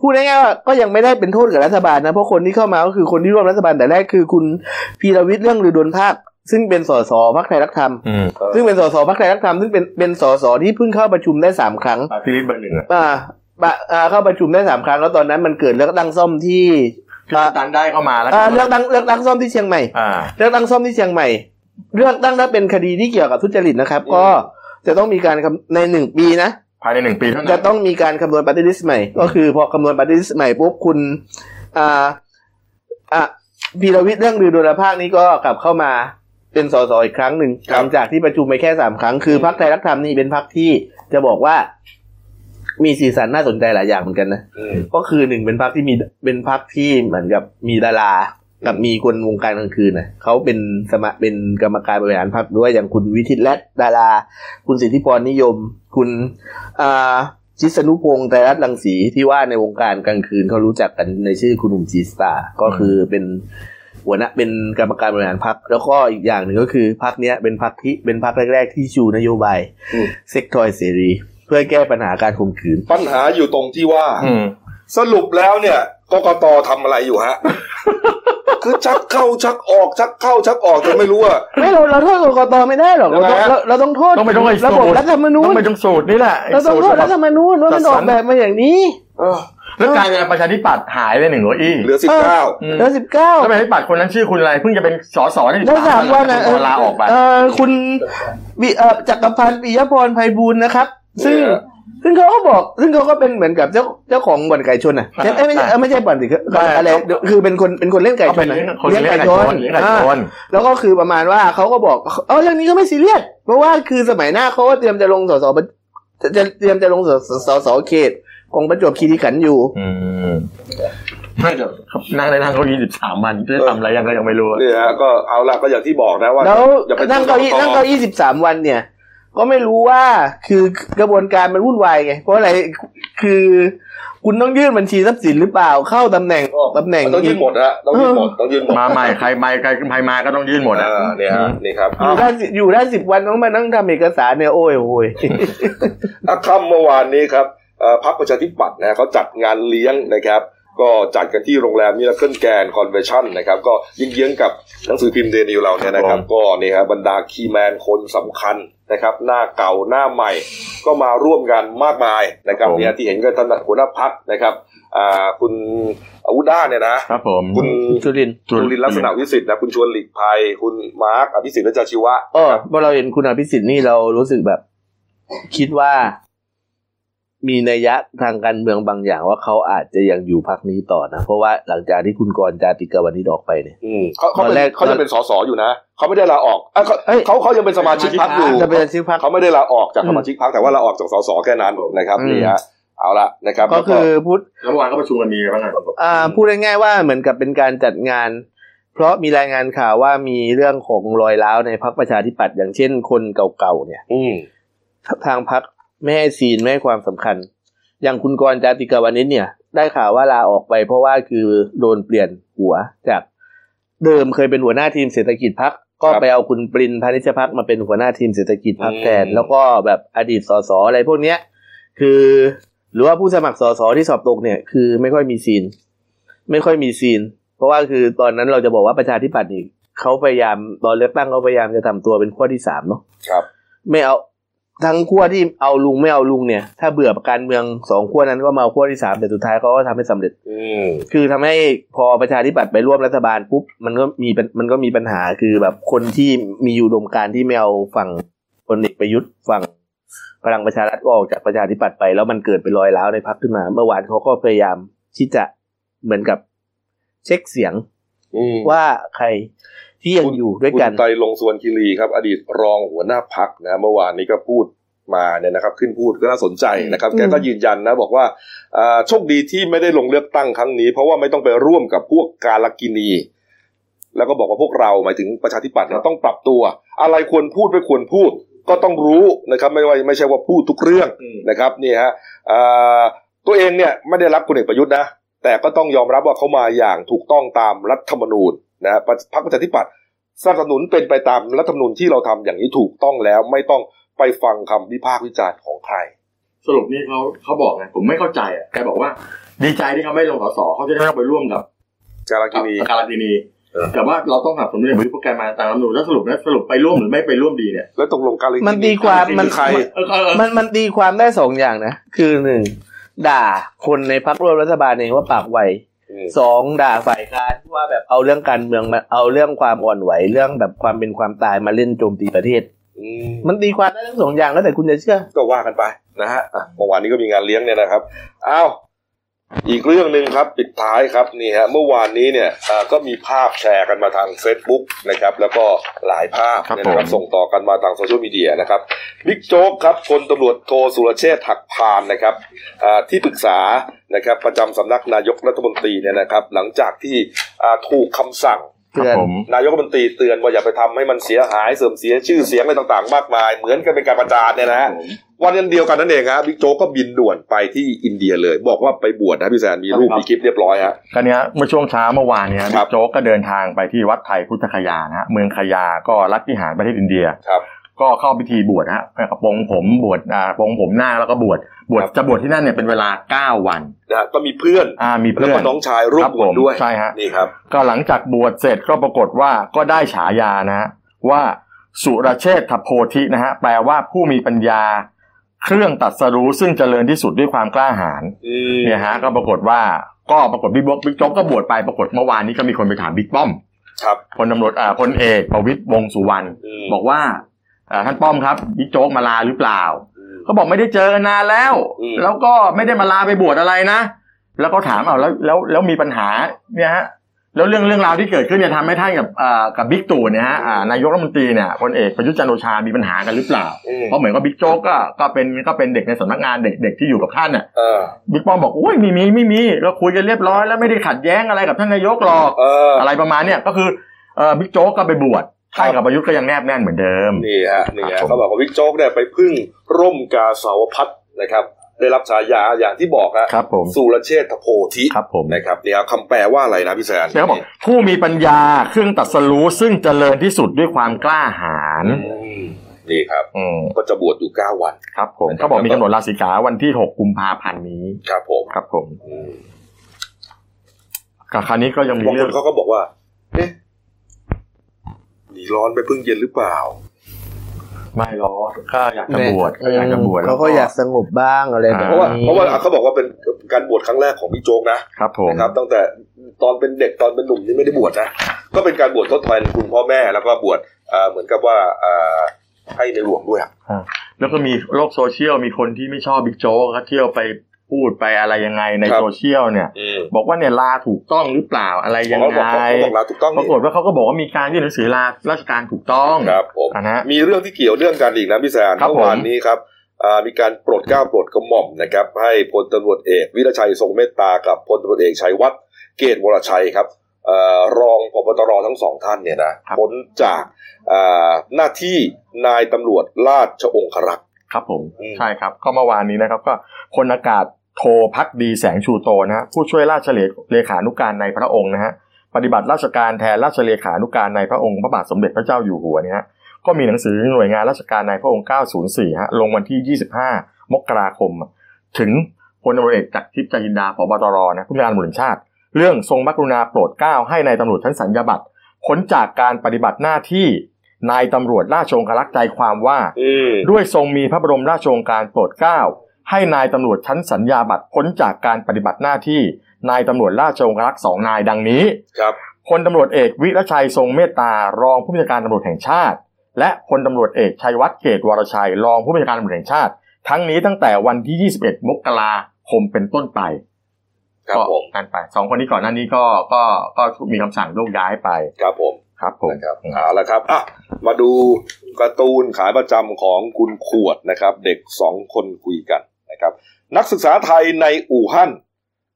C: พูดง่ายๆว่าก็ยังไม่ได้เป็นโทษกับรัฐบาลนะ เพราะคนที่เข้ามาก็คือคนที่ร่วมรัฐบาลแต่แรกคือคุณพีรวิทย์เรื่องฤดลภาค ซึ่งเป็นสสพักไทยรักธรรม
B: อืม
C: ซึ่งเป็นสสพักไทยรักธรรม ซึ่งเป็นเป็นสสที่เพิ่งเข้าประชุมได้สามครั้ง
B: ปาร์ตี้ลิสต์เบอร์หนึ่งอะ
C: อ่าบะอ่าเข้าประชุมได้สามครั้ง แล้วตอนนั้นมันเกิดเลือกตั้งซ่อมที่
B: ที่ตันได้เข้ามาแล้ว
C: อ่าเลือกตั้งเลือกตั้งซ่อมที่เชียงใหม่
B: อ่า
C: เลือกตั้งซ่อมที่เชียงใหม่ เลือกตั้งถ้าเป็นคดีที่เกี่ยวกับทุจริตนะครับ
A: อืม
C: ก็จะต้องมีการคำในหนึ่งปีนะ
B: ภายในหนึ่งปีเท่านั้
C: จะ
B: น
C: ต้องมีการคำนวณปฏิริษีใหม่ ก็คือพอคำนวณปฏิริษีใหม่ปุ๊บคุณอ่าอ่ะพีรวิทย์เรื่องลือดุลภาคนี้ก็กลับเข้ามาเป็นสสอีกครั้งหนึ่ง
A: ครั
C: ห
A: บ
C: ลังจากที่ประชุมไปแค่สามครั้งคือพรรคไทยรักธรรมนี่เป็นพรรคที่จะบอกว่า มีสีสันน่าสนใจหลายอย่างเหมือนกันนะ
A: อืม
C: ก็คือหนึ่งเป็นพักที่มีเป็นพักที่เหมือนกับมีดารา กับมีคนวงการกลางคืนนะเขาเป็นสมาเป็นกรรมการบริหารพักด้วยอย่างคุณวิทิตและดารา คุณสิทธิพรนิยม คุณอ่าชิสนุพงษ์ไตรรัตน์รังสีที่ว่าในวงการกลางคืนเขารู้จักกันในชื่อคุณหนุ่มจีสตาร์ก็คือเป็นหัวหน้าเป็นกรรมการบริหารพักแล้วก็อีกอย่างหนึ่งก็คือพักเนี้ยเป็นพักที่เป็นพักแรก ๆ ที่ชูนโยบาย
A: อืม
C: เซ็กทอยเสรี เพื่อแก้ปัญหาการข่มขืน
A: ปัญหาอยู่ตรงที่ว่า
B: อืม
A: สรุปแล้วเนี่ยกกตทำอะไรอยู่ฮะ คือชักเข้าชักออกชักเข้าชักออกจนไม่รู้ว่า
C: ไม่เราเราโทษกกตไม่ได้หรอกเราต้อง
A: ทำไมฮะ
C: เราเราต้องโทษ
B: ต้องไปโทษไอ้
C: ระบบ
B: สูตร
C: รัฐธรรมนู
B: ต้อ
C: ญ
B: งไปตรงสูตรนี่แหละไ
C: เราต้อง
B: สูต
C: โทษ
B: ฉบั
C: รั
B: บ
C: ฐธรรมนูญว่ามันอ
B: จัด
C: อ
B: ส
C: ก
B: รร
C: แบบมาอย่างนี้
A: เออ
B: แล้วการงานประชาธิปัตย์หายไปหนึ่งหัวอี้
A: เหลือสิบเก้า
B: อืม
C: แล้วสิบเก้า
B: แล้วประชาธิปัตย์คนนั้นชื่อคุณอะไรเพิ่งจะเป็นสสได้
C: แล้วสามวันนะ
B: เอลาออกไป
C: เออคุณบิเอ่อจักรพันธ์ปิยพรไพบูลย์นะครับ ซึ่ง
A: เนี่ย
C: ซึ่งเขาก็บอก ซึ่งเขาก็เป็นเหมือนกับเจ้าเจ้าของบ่อนไก่ชนอ่ะ
B: อ่า
C: ใช่เอ้ยไม่ใช่
B: ใช่
C: เอ้ยไม่ใช่บ่อนสิคืออะไรเดี๋ยวคือเป็นคนเป็นคนเล่นไก่ช
B: เขาเป็น น
C: อะ
B: คนเลี้ยงไก่ชนเลี้ยงไก่ชน
C: อ่าแล้วก็คือประมาณว่าเขาก็บอกเออเรื่องนี้ก็ไม่ซีเรียสเพราะว่าคือสมัยหน้าเขาก็เตรียมจะลงสสบัญจะจะเตรียมจะลงสสสสเขต ของประจวบคีรีขันธ์อยู่
B: อืมไม่เดี๋ยวครับนั่งได้นั่งเก้าอี้สิบสามวันจะทำอะไรยังไงยังไม่รู้อะ
A: เนี่ยฮะก็เอาละก็อย่างที่บอกนะว่า
C: แล้ว
A: อย่าไป
C: นั่งเก้าอี้นั่งเก้าอี้สิบสามวันเนี่ย ก็ไม่รู้ว่าคือกระบวนการมันวุ่นวายไง เพราะอะไรคือ คุณต้องยื่นบัญชีทรัพย์สินหรือเปล่าเข้าตำแหน่งออกตำแหน่ง
A: มันต้องยื่นหมดฮะต้องยื่นหมดต้องยื่นหมด
B: มาใหม่ใครใหม่ใครใครมาก็ต้องยื่นหมด
A: เอ
B: อ่ะ
A: อเนี่ยฮะนี่ครับ
C: อยู่ได้สิอยู่ได้สิบวันต้องมานั่งทำเอกสารเนี่ยโอ้ยโอ้ย
A: อ่ะค่ำเมื่อวานนี้ครับเอ่อพรรคประชาธิปัตย์นะฮะเขาจัดงานเลี้ยงนะครับ ก็จัดกันที่โรงแรมมิราเคิลแกนคอนเวชั่นนะครับ ก็ยิงเยื้องกับหนังสือพิมพ์เดนิวเราเนี่ยนะครับ ก็นี่ครับบรรดาคีย์แมนคนสำคัญนะครับ หน้าเก่าหน้าใหม่ ก็มาร่วมกันมากมายนะครับเนี่ยที่เห็นก็ท่านหัวหน้าพักนะครับอ่าคุณอาวุธด้าเนี่ยนะ
B: ครับผม
A: คุณ
C: จุลินทร์
A: จุลินลักษณะวิสิทธิ์นะคุณชวนหลีกภัย คุณมาร์คอภิสิทธิ์และจาชีวะ
C: อ๋อพอเราเห็นคุณอภิสิทธิ์นี่เรารู้สึกแบบ คิดว่า มีนัยยะทางการเมืองบางอย่างว่าเขาอาจจะยังอยู่พักนี้ต่อนะ เพราะว่าหลังจากที่คุณกรณ์จาติกาวนิดออกไปเนี่ย
A: อืมเขาเขา
C: ตอนแร
A: เป็
C: ก
A: นเขายังเป็นสสอยู่นะเขาไม่ได้ลาออกเอ้ยเขา
C: เอ้ย
A: เขาเขายังเป็นสมาชิกพรรคอยู่
C: จะเป็นชื่อพัก
A: เขาไม่ได้ลาออกจาก
C: อืม
A: สมาชิกพรรคแต่ว่าลาออกจากสสแค่นั้นนะครับ
C: อืม
A: นี่ฮะเอาละนะครับ
C: ก็คือพุทธ
B: แล้วเมื่อวานก็ประชุมกันมีอะไรบ้างอะ
C: อ่าพูดง่ายๆว่าเหมือนกับเป็นการจัดงาน เพราะมีรายงานข่าวว่ามีเรื่องของรอยร้าวในพรรคประชาธิปัตย์อย่างเช่นคนเก่าๆเนี่ย
A: อืม
C: ทางพรรคไม่ให้ซีนไม่ให้ความสำคัญ อย่างคุณกรณ์จาติกาวนิชเนี่ย ได้ข่าวว่าลาออกไปเพราะว่าคือโดนเปลี่ยนหัวจากเดิมเคยเป็นหัวหน้าทีมเศรษฐกิจพักก็
A: ครับ
C: ไปเอาคุณปรินพานิชพักมาเป็นหัวหน้าทีมเศรษฐกิจพักแทน
A: อืม
C: แล้วก็แบบอดีตสสอะไรพวกเนี้ย คือ หรือว่าผู้สมัครสสที่สอบตกเนี่ยคือไม่ค่อยมีซีน ไม่ค่อยมีซีน เพราะว่าคือตอนนั้นเราจะบอกว่าประชาธิปัตย์นี่เขาพยายามตอนเลือกตั้งเขาพยายามจะทำตัวเป็นขั้วที่สามเนาะ
A: ครับ
C: ไม่เอาทั้งขั้วที่เอาลุงไม่เอาลุงเนี่ย ถ้าเบื่อการเมืองสองขั้วนั้นก็มาเอาขั้วที่สามแต่สุดท้ายเขาก็ทำให้สำเร็จ
A: อืม
C: คือทำให้พอประชาธิปัตย์ไปร่วมรัฐบาลปุ๊บมันก็มีปัญมันก็มีปัญหาคือแบบคนที่มีอยู่ดมการณ์ที่ไม่เอาฝั่งพลเอกประยุทธ์ฝั่งพลังประชารัฐก็ออกจากประชาธิปัตย์ไป แล้วมันเกิดเป็นรอยร้าวในพรรคขึ้นมา เมื่อวานเขาก็พยายามที่จะเหมือนกับเช็คเสียง
A: อืม
C: ว่าใครที่ยังอยู่ด้วยกัน
A: คุณไตรลงสวนคีรีครับ อดีตรองหัวหน้าพักนะเมื่อวานนี้ก็พูดมาเนี่ยนะครับ ขึ้นพูดก็น่าสนใจนะครับ
C: อืม
A: แกก็ยืนยันนะบอกว่าอ่าโชคดีที่ไม่ได้ลงเลือกตั้งครั้งนี้ เพราะว่าไม่ต้องไปร่วมกับพวกกาลกินี แล้วก็บอกว่าพวกเราหมายถึงประชาธิปัตย์เนี่ยต้องปรับตัว อะไรควรพูดไม่ควรพูด ก็ต้องรู้นะครับ ไม่ว่าไม่ใช่ว่าพูดทุกเรื่อง นะครับนี่ฮะเอ่อตัวเองเนี่ยไม่ได้รับคุณเอกประยุทธ์นะ แต่ก็ต้องยอมรับว่าเขามาอย่างถูกต้องตามรัฐธรรมนูญนะฮะพรรคประชาธิปัตย์สนับสนุนเป็นไปตามรัฐธรรมนูญที่เราทำอย่างนี้ถูกต้องแล้วไม่ต้องไปฟังคำวิพากษ์วิจารณ์ของใคร
B: สรุปนี่เขาเขาบอกไงผมไม่เข้าใจอ่ะแกบอกว่า ดีใจที่เขาไม่ลงสสเขาจะได้ไม่ต้องไปร่วมกับ
A: จารา
B: กั
A: กิ
B: บ
A: นี
B: การกินี
A: เออ
B: แต่ว่าเราต้องสนับสนุนในวิพากษ์การมาตามรัฐธรรมนูญแล้วสรุปนะสรุปไปร่วมหรือไม่ไปร่วมดีเนี่ย
A: แล้วตกลงการกินี
C: มันดีกว่ามัน
A: คือใคร
B: เออเออเออ
C: มันมันตีความได้สองอย่างนะ คือหนึ่งด่าคนในพักร่วมรัฐบาลเองว่าปากไว
A: อืม
C: สองด่าฝ่ายค้านที่ว่าแบบเอาเรื่องการเมืองมาเอาเรื่องความอ่อนไหวเรื่องแบบความเป็นความตายมาเล่นโจมตีประเทศ
A: อืม
C: มันตีความได้ทั้งสองอย่างแล้วแต่คุณจะเชื่อ
A: ก็ว่ากันไปนะฮะอ่ะเมื่อวานนี้ก็มีงานเลี้ยงเนี่ยนะครับอ้าวอีกเรื่องหนึ่งครับปิดท้ายครับนี่ฮะเมื่อวานนี้เนี่ยอ่าก็มีภาพแชร์กันมาทาง Facebook นะครับ แล้วก็หลายภาพ
B: ครับ
A: เนี่ยนะครับ
B: ผม
A: ส่งต่อกันมาทางโซเชียลมีเดียนะครับบิ๊กโจ๊กครับพลตำรวจโทสุรเชษฐ์หักพานนะครับอ่าที่ปรึกษานะครับประจำสำนักนายกรัฐมนตรีเนี่ยนะครับ หลังจากที่อ่าถูกคำสั่ง
C: เตือน
B: ครับผม
A: นายกรัฐมนตรีเตือนว่าอย่าไปทำให้มันเสียหายเสื่อมเสียชื่อเสียงอะไรต่างๆ มากมาย เหมือนกันเป็นการประจานเนี่ยนะฮะ วันเดียวกันนั่นเองครับบิ๊กโจ๊กก็บินด่วนไปที่อินเดียเลย บอกว่าไปบวชนะพี่แซนมีรูป
B: ครับ
A: มีคลิปเรียบร้อยฮะ
B: คราวเนี้ยเมื่อช่วงเช้าเมื่อวานเนี้ย
A: ครั
B: บิ๊
A: บ
B: กโจ๊กก็เดินทางไปที่วัดไทยพุทธคยานะฮะเมืองคยาก็รัฐพิหารประเทศอินเดีย
A: ครับ
B: ก็เข้าพิธีบวชนะฮะกระปรงผมบวชอ่าปรงผมหน้าคแล้วก็บวชบวช
A: ครับ
B: จะบวชที่นั่นเนี่ยเป็นเวลาเก้า9 วัน
A: นะฮะก็มีเพื่อน
B: อ่ามี
A: แล้ว
B: เพื่อ
A: ก็
B: น
A: น้องชายร่ว
B: ครั
A: ม
B: บบ
A: วช
B: ผม
A: ด้วย
B: ใช่ฮะ
A: นี่ครับ
B: ก็หลังจากบวชเสร็จก็ปรากฏว่าก็ได้ฉายานะฮะว่าสุรเชษฐโพธินะฮะแปลว่าผู้มีปัญญา เครื่องตัดสรู้ซึ่งเจริญที่สุดด้วยความกล้าหาญ
A: อืม
B: เนี่ยฮะก็ปรากฏว่าก็ปรากฏบิ๊กบ๊อกบิ๊กโจ๊กก็บวชไปปรากฏเมื่อวานนี้ก็มีคนไปถามบิ๊กป้อม
A: ครับ
B: พลตำรวจอ่าพลเอกประวิตรวงษ์สุวรรณ
A: ม
B: บอกว่าอ่าท่านป้อมครับบิ๊กโจ๊กมาลาหรือเปล่า
A: อืม
B: เขาบอกไม่ได้เจอกันนานแล้ว
A: อืม
B: แล้วก็ไม่ได้มาลาไปบวชอะไรนะ แล้วก็ถามเอาแล้วแล้วแล้วมีปัญหาเนี่ยฮะแล้วเรื่องเรื่องราวที่เกิดขึ้นเนี่ยทำให้ท่านกับอ่ากับบิ๊กตู่เนี่ยฮะอ่านายกรัฐมนตรีเนี่ยพลเอกประยุทธ์จันทร์โอชามีปัญหากันหรือเปล่า
A: อืม
B: เพราะเหมือนกับบิ๊กโจ๊กก็ก็เป็นก็เป็นเด็กในสำนักงานเด็กเด็กที่อยู่กับท่านน่ะ
A: เออ
B: บิ๊กป้อมบอกโอ้ยไม่มีไม่มีเราคุยกันเรียบร้อยแล้วไม่ได้ขัดแย้งอะไรกับท่านนายกหรอก
A: เออ
B: อะไรประมาณเนี่ยก็คือเอ่อบิ๊กโจ๊กก็ไปบวชท่านกับประยุทธ์ก็ยังแนบแน่นเหมือนเดิม
A: นี่ฮะนี่
B: ครั
A: ฮะ
B: บผม
A: เขาบอกว่าบิ๊กโจ๊กเนี่ยไปพึ่งร่มกาสาวพัดนะครับ ได้รับฉายาอย่างที่บอกฮะ
B: ครับผม
A: สุรเชษฐโพธิ
B: ครับผม
A: นะครับนี่ครับคำแปลว่าอะไรนะพี่แซน
B: แล้วบอกผู้มีปัญญาเครื่องตรัดสรู้ซึ่งเจริญที่สุดด้วยความกล้าหาญ
A: อืมนี่ครับ
B: อืม
A: ก็จะบวชอยู่เก้าวัน
B: ครับผม
A: นะครับ
B: เขาบอกมีกำหนดราศีกาวันที่ 6 กุมภาพันธ์นี้
A: ครับผม
B: ครับผม
A: อืม
B: กับคราวนี้ก็ยังมี
A: บางค
B: เรื่อง
A: นเขาก็บอกว่า เอ๊ะหนีร้อนไปพึ่งเย็นหรือเปล่า
B: ไม่หรอกก็อยากจะบวชก็อยากจะบวช
C: เขาก็อยากสงบบ้างอะไรแบบ
A: เพราะว่า
C: นี้
A: เพราะว่าเขาบอกว่าเป็นการบวชครั้งแรกของพี่โจ๊กนะครับ
B: ผม
A: นะครับตั้งแต่ตอนเป็นเด็กตอนเป็นหนุ่มนี่ไม่ได้บวชนะก็เป็นการบวชทดแทนคุณพ่อแม่แล้วก็บวชเอ่อเหมือนกับว่าเอ่อให้ในหลวงด้วยอะ
B: แล้วก็มีโลกโซเชียลมีคนที่ไม่ชอบบิ๊กโจ๊กก็เที่ยวไปพูดไปอะไรยังไงในโซเชียลเนี่ย
A: อืม
B: บอกว่าเนี่ยลาถูกต้องหรือเปล่าอะไรยัง
A: เขาบอก
B: ไง
A: เขาบอกลาถูกต้อง
B: ปรากฏว่าเขาก็บอกว่ามีการยื่นหนังสือลาราชการถูกต้อง
A: ครับผม
B: อ่ะนะ
A: มีเรื่องที่เกี่ยวเรื่องกันอีกนะพี่แซน
B: ครับผม
A: เมื่อวานนี้ครับอ่ามีการโปรดเกล้าโปรดกระหม่อมนะครับ ให้พลตำรวจเอกวิรชัยทรงเมตตากับพลตำรวจเอกชัยวัฒน์เกตวรชัยครับเออรองพบตรทั้งสองท่านเนี่ยนะพ้นจากอ่าหน้าที่นายตำรวจราชองครักษ์
B: ครับผม
A: อืม
B: ใช่ครับก็เมื่อวานนี้นะครับ ก็พลอากาศ โทพักดีแสงชูโตนะฮะผู้ช่วยราชเลเลขานุการในพระองค์นะฮะปฏิบัติราชการแทนราชเลขานุการในพระองค์พระบาทสมเด็จพระเจ้าอยู่หัวเนี่ยฮะก็มีหนังสือหน่วยงานราชการในพระองค์ 904 ฮะลงวันที่ 25 มกราคม ถึงพลตำรวจเอกจากทิพย์จารินดาผบตรนะผู้การหมุนชาติ เรื่องทรงพระกรุณาโปรดเกล้าให้ในายตำรวจชั้นสัญญาบัตรพ้นจากการปฏิบัติหน้าที่นายตำรวจราชองครักษ์ใจความว่า
A: อืม
B: ด้วยทรงมีพระบรมราชโองการโปรดเกล้าให้นายตำรวจชั้นสัญญาบัตรพ้นจากการปฏิบัติหน้าที่ นายตำรวจราชโองครักษ์สองนายดังนี้
A: ครับ
B: พลตำรวจเอกวิรชัยทรงเมตตารองผู้บัญชาการตำรวจแห่งชาติ และพลตำรวจเอกชัยวัฒน์เกตวรชัยรองผู้บัญชาการตำรวจแห่งชาติ ทั้งนี้ตั้งแต่วันที่ 21 มกราคมเป็นต้นไป
A: ครับ
B: ก็
A: ผม
B: กันไปสองคนนี้ก่อนหน้านี้ก็ก็ก็มีคำสั่งโยกย้ายไป
A: ครับผม
B: ครับผม
A: นะครับเอาละครับอ่ะมาดูการ์ตูนขายประจำของคุณขวดนะครับ เด็กสองคนคุยกันนะครับ นักศึกษาไทยในอู่ฮั่น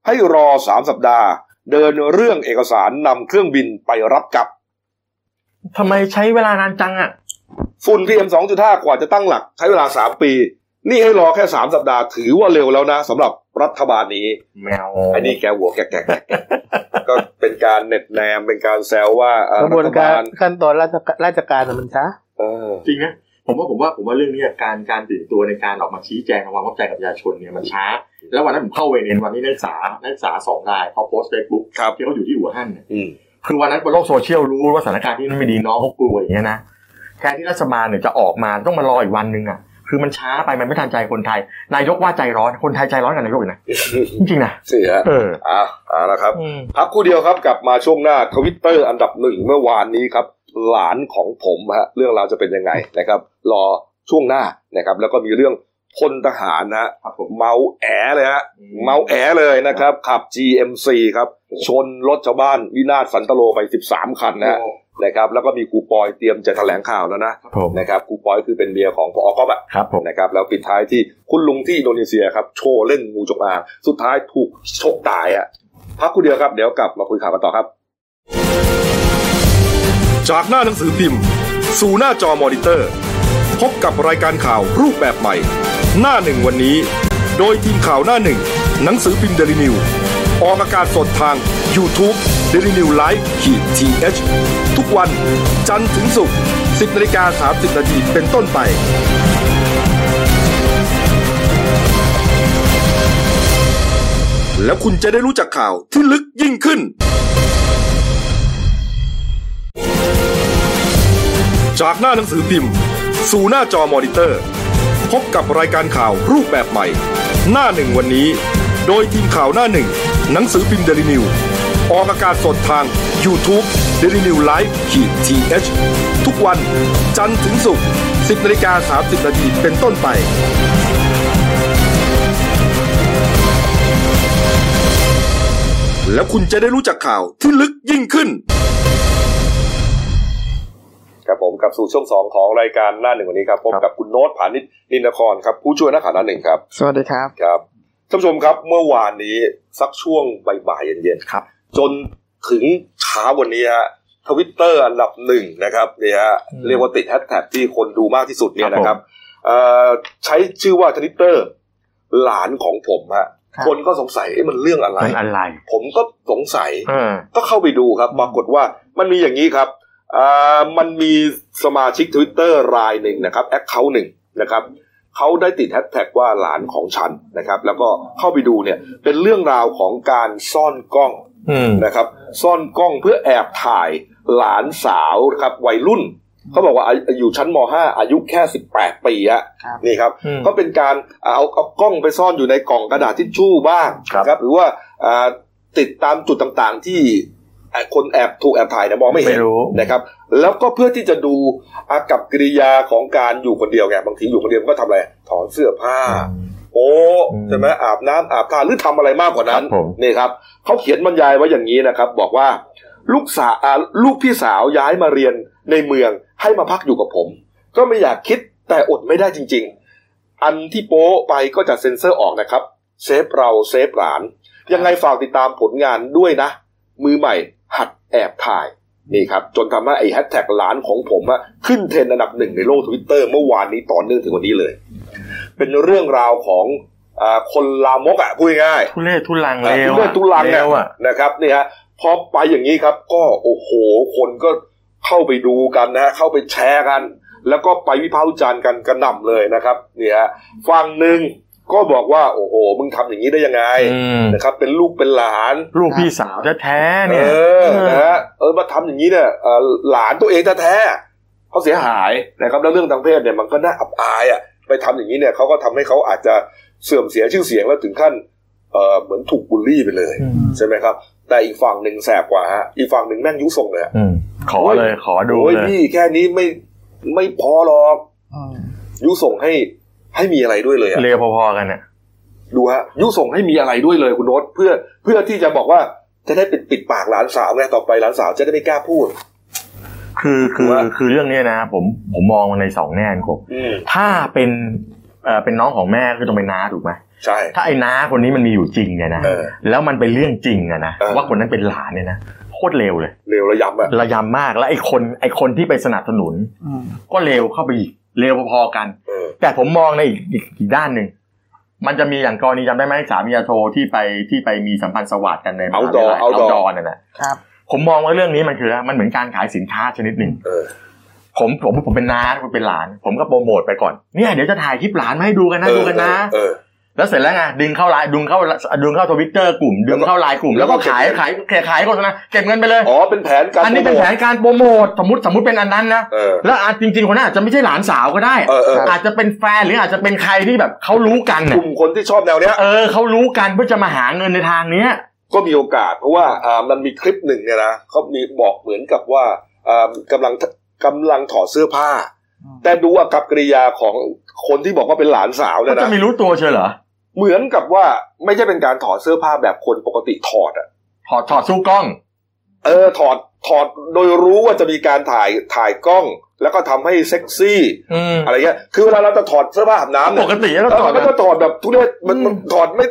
A: ให้รอสามสัปดาห์ เดินเรื่องเอกสารนำเครื่องบินไปรับกลับ
B: ทำไมใช้เวลานานจังอ่ะ
A: ฝุ่นพีเอ็มสองจุดห้ากว่าจะตั้งหลักใช้เวลาสามปี นี่ให้รอแค่สามสัปดาห์ถือว่าเร็วแล้วนะสำหรับรัฐบาลนี้
B: แมว
A: ไอ้นี่แกหัวแกะแกะแกะแกะก็เป็นการเน็บแนมเป็นการแซวว่าเอ่อก
C: ระบวน
A: ฐ
C: การ
A: บาล
C: ขั้นตอนราชการราชการน่ะมันช้า
A: เออ
B: จริงนะผมว่าผมว่าผมว่าเรื่องนี้การการตื่นตัวในการออกมาชี้แจงทำความเข้าใจกับประชาชนเนี่ยมันช้า แล้ววันนั้นผมเข้าเวรเนวันนี้นักศึกษานักศึกษาสองรายเขาโพสต์เฟซบุ๊ก
A: ครับ
B: ที่เขาอยู่ที่อู่ฮั่นเนี่ย
A: อืม
B: คือวันนั้นบนโลกโซเชียลรู้ว่าสถานการณ์ที่นั่นไม่ดีน้องเขากลัวอย่างเงี้ยนะแทนที่รัฐบาลเนี่ยจะออกมาต้องมารออีกวันนึงอ่ะคือมันช้าไปมันไม่ทันใจคนไทย นายกว่าใจร้อนคนไทยใจร้อนกับนายกอีกนะจริงๆนะ
A: เสีย
B: เออ
A: อ่ะเอาละครับ
B: อืม
A: พักครู่เดียวครับกลับมาช่วงหน้าทวิตเตอร์อันดับหนึ่งเมื่อวานนี้ครับ หลานของผมฮะเรื่องราวจะเป็นยังไงนะครับ รอช่วงหน้านะครับ แล้วก็มีเรื่องพลทหารนะฮะ
B: ครับผม
A: เมาแอเลยฮะเมาแอเลยนะครับขับ GMC ครับ ชนรถชาวบ้านวินาศสันตโลไป 13 คันนะฮะนะครับ แล้วก็มีครูปอยเตรียมจะแถลงข่าวแล้วนะครับ
B: ผม
A: นะครับครูปอยคือเป็นเมียของพอก๊อฟอะ
B: ครับผม
A: นะครับแล้วปิดท้ายที่คุณลุงที่อินโดนีเซียครับ โชว์เล่นงูจงอางสุดท้ายถูกชกตายอะพักครู่เดียวครับ เดี๋ยวกลับมาคุยข่าวกันต่อครับ จากหน้าหนังสือพิมพ์ สู่หน้าจอมอนิเตอร์ พบกับรายการข่าวรูปแบบใหม่ หน้าหนึ่งวันนี้ โดยทีมข่าวหน้าหนึ่ง หนังสือพิมพ์เดลิวิวออกอากาศสดทาง y o u t u เดลิวิวไลฟ์ขีดทีเทุกวันจันทร์ถึงศุกร์10นาฬิกา30นาทีเป็นต้นไป แล้วคุณจะได้รู้จักข่าวที่ลึกยิ่งขึ้น จากหน้าหนังสือพิมพ์ สู่หน้าจอมอนิเตอร์ พบกับรายการข่าวรูปแบบใหม่ หน้าหนึ่งวันนี้ โดยทีมข่าวหน้าหนึ่ง หนังสือพิมพ์เดลิวิวออกอากาศสดทาง y o u t u เดลิวิวไลฟ์ขีดทีเทุกวันจันทร์ถึงศุกร์10นาฬิกา30นาทีเป็นต้นไป แล้วคุณจะได้รู้จักข่าวที่ลึกยิ่งขึ้น ครับผมกับสู่ช่วงสองของรายการหน้าหนึ่งวันนี้ครับพบกับคุณโน้ตผานิชนินทครครับ ผู้ช่วยนักข่าวหน้าหนึ่งครับ
C: สวัสดีครับ
A: ครับท่านผู้ชมครับเมื่อวานนี้สักช่วงบ่ายๆเย็น
B: ครับ
A: ๆจนถึงเช้าวันนี้ฮะทวิตเตอร์อันดับหนึ่งนะครับเนี่ยฮะ
B: อืม
A: เรียกว่าติดแฮชแท็กที่คนดูมากที่สุดเนี่ย
B: ครับ
A: นะครับ
B: ผม
A: เอ่อใช้ชื่อว่าทวิตเตอร์หลานของผมฮะ
C: ครับ
A: คนก็สงสัยเอ๊ะมันเรื่องอะไร
B: มันอะไร
A: ผมก็สงสัย
B: เออ
A: ก็เข้าไปดูครับ ปรากฏว่ามันมีอย่างนี้ครับอ่ามันมีสมาชิก Twitter รายหนึ่งนะครับแอคเคาท์หนึ่งนะครับเขาได้ติดแฮชแท็กว่าหลานของฉันนะครับ แล้วก็เข้าไปดูเนี่ยเป็นเรื่องราวของการซ่อนกล้อง
B: อืม
A: นะครับ ซ่อนกล้องเพื่อแอบถ่ายหลานสาวครับวัยรุ่นเขาบอกว่าอายุอยู่ชั้นม .5 อายุแค่ 18 ปีอะ
C: ครับ
A: นี่ครับ
B: อืม
A: ก็เป็นการเอาเอากล้องไปซ่อนอยู่ในกล่องกระดาษทิชชู่บ้าง
B: ครับ
A: นะครับ หรือว่าอ่าติดตามจุดต่างๆที่อ่าคนแอบถูกแอบถ่ายเนี่ยมองไม่เห็
B: ไม่
A: น
B: รู้
A: นะครับ แล้วก็เพื่อที่จะดูอากับกิริยาของการอยู่คนเดียวไงบางทีอยู่คนเดียวมันก็ทำอะไรถอนเสื้อผ้า โอ้
B: อืม
A: ใช่ไหมอาบน้ำอาบท่าหรือทำอะไรมากกว่านั้น
B: ครับผม
A: นี่ครับเขาเขียนบรรยายไว้อย่างนี้นะครับ บอกว่าลูกสาวอ่าลูกพี่สาวย้ายมาเรียนในเมืองให้มาพักอยู่กับผม ก็ไม่อยากคิดแต่อดไม่ได้จริง ๆ อันที่โป๊ไปก็จะเซ็นเซอร์ออกนะครับ เซฟเราเซฟหลาน ยังไงฝากติดตามผลงานด้วยนะ มือใหม่หัดแอบถ่ายนี่ครับ จนทำให้ไอ้แฮชแท็กหลานของผมอะขึ้นเทรนด์อันดับหนึ่งในโลกทวิตเตอร์เมื่อวานนี้ต่อเนื่องถึงวันนี้เลย เป็นเรื่องราวของ อ่าคนลามกอ่ะพูดง่าย
B: ทุเรศทุลัง
A: ๆ
B: เล
A: อ่าว ทุเรศทุลัง
B: เลว
A: อ่ะ
B: อ่ะ
A: นะครับนี่ฮะพอไปอย่างนี้ครับ ก็โอ้โหคนก็เข้าไปดูกันนะฮะเข้าไปแชร์กัน แล้วก็ไปวิพากษ์วิจารณ์กันกระหน่ำเลยนะครับนี่ฮะฝั่งหนึ่งก็บอกว่าโอ้โหมึงทำอย่างนี้ได้ยังไง
B: อืม
A: นะครับเป็นลูกเป็นหลาน
B: ลูกพี่สาวแท้ๆเนี่ย
A: เออ นะฮะ เออ มาทำอย่างนี้เนี่ยเอ่อหลานตัวเองแท้ๆเขาเสียหายนะครับ แล้วเรื่องทางเพศเนี่ยมันก็น่าอับอายอ่ะ ไปทำอย่างนี้เนี่ยเขาก็ทำให้เขาอาจจะเสื่อมเสียชื่อเสียงแล้วถึงขั้น เอ่อ เหมือนถูกบูลลี่ไปเลย
B: อืม
A: ใช่ไหมครับ แต่อีกฝั่งหนึ่งแสบกว่าฮะ อีกฝั่งหนึ่งแม่งยุส่งเลยอะ
B: อืมขอเลยขอดู
A: โอ้ย
B: เลย
A: พี่แค่นี้ไม่ไม่พอหรอก ยุส่งให้ให้มีอะไรด้วยเลยอะ
B: เลวพอๆกันเนี่ย
A: ดูฮะยุส่งให้มีอะไรด้วยเลยคุณโน้ตเพื่อเพื่อที่จะบอกว่าจะได้ปิดปิดปากหลานสาวไงต่อไปหลานสาวจะได้ไม่กล้าพูด
B: คือคือ
A: ว่า
B: คือเรื่องเนี้ยนะผมผมมองมันในสองแง่ครับ
A: อืม
B: ถ้าเป็นเอ่อเป็นน้องของแม่คือต้องเป็นน้าถูกไหม
A: ใช่
B: ถ้าไอ้น้าคนนี้มันมีอยู่จริงเนี่ยนะ
A: เออ
B: แล้วมันเป็นเรื่องจริงอะนะ
A: เออ
B: ว่าคนนั้นเป็นหลานเนี่ยนะโคตรเลวเลย
A: เร็วระยำอ่ะ
B: ระยำมากแล้วไอ้คนไอ้คนที่ไปสนับสนุน ก็เลวเข้าไปอีกเลวพอๆกัน
A: เออ
B: แต่ผมมองในอีกอีกอีกด้านหนึ่งมันจะมีอย่างกรณีจำได้ไหมสามีอาโทที่ไปที่ไปมีสัมพันธ์สวัสดกันในมหาวิทยาลัยเอาดอนน่ะนะครับ ผมมองว่าเรื่องนี้มันคือมันเหมือนการขายสินค้าชนิดหนึ่ง
A: เออ
B: ผมผมผมเป็นน้าผมเป็นหลาน ผมก็โปรโมทไปก่อนเนี่ยเดี๋ยวจะถ่ายคลิปหลานมาให้ดูกันนะดูกันนะ
A: เออ
B: แล้วเสร็จแล้วไงดึงเข้าไลน์ดึงเข้าดึงเข้าทวิตเตอร์กลุ่ม ดึงเข้าไลน์กลุ่มแล้วก็ขายขายขายขายโฆษณาเก็บเงินไปเลย
A: อ๋อเป็นแผนการ
B: อันนี้เป็น
A: โปรโมท
B: แผนการโปรโมทสมมติสมมติเป็นอันนั้นนะ
A: เออ
B: แล้วอาจจริงๆคนนั้นอาจจะไม่ใช่หลานสาวก็ได้
A: เออเออ
B: อาจจะเป็นแฟนหรืออาจจะเป็นใครที่แบบเขารู้กัน
A: ก
B: น่ะ
A: ลุ่มคนที่ชอบแนวเนี้ย
B: เออเขารู้กันเพื่อจะมาหาเงินในทางเนี้ย
A: ก็มีโอกาส เพราะว่าอ่ามันมีคลิปหนึ่งเนี่ยนะเขามีบอกเหมือนกับว่าอ่ากำลังกำลังถอดเสื้อผ้า
C: อืม
A: แต่ดูอากับกริยาของคนที่บอกว่าเป็นหลานสาวเนี่ย
B: จะ
A: นะ
B: ไม่รู้ตัวเชียวเหรอ
A: เหมือนกับว่าไม่ใช่เป็นการถอดเสื้อผ้าแบบคนปกติถอดอะ
B: ถอดถอดสู้กล้อง
A: เออถอดถอดโดยรู้ว่าจะมีการถ่ายถ่ายกล้อง แล้วก็ทำให้เซ็กซี่
B: อืม
A: อะไรเงี้ยคือเวลาเราจะถอดเสื้อผ้าอาบน้ำ
B: ป
A: เนี่ย
B: กติแล้วก็ถอด
A: มันก็ถอดแบบทุเรศมันมันถอดไม่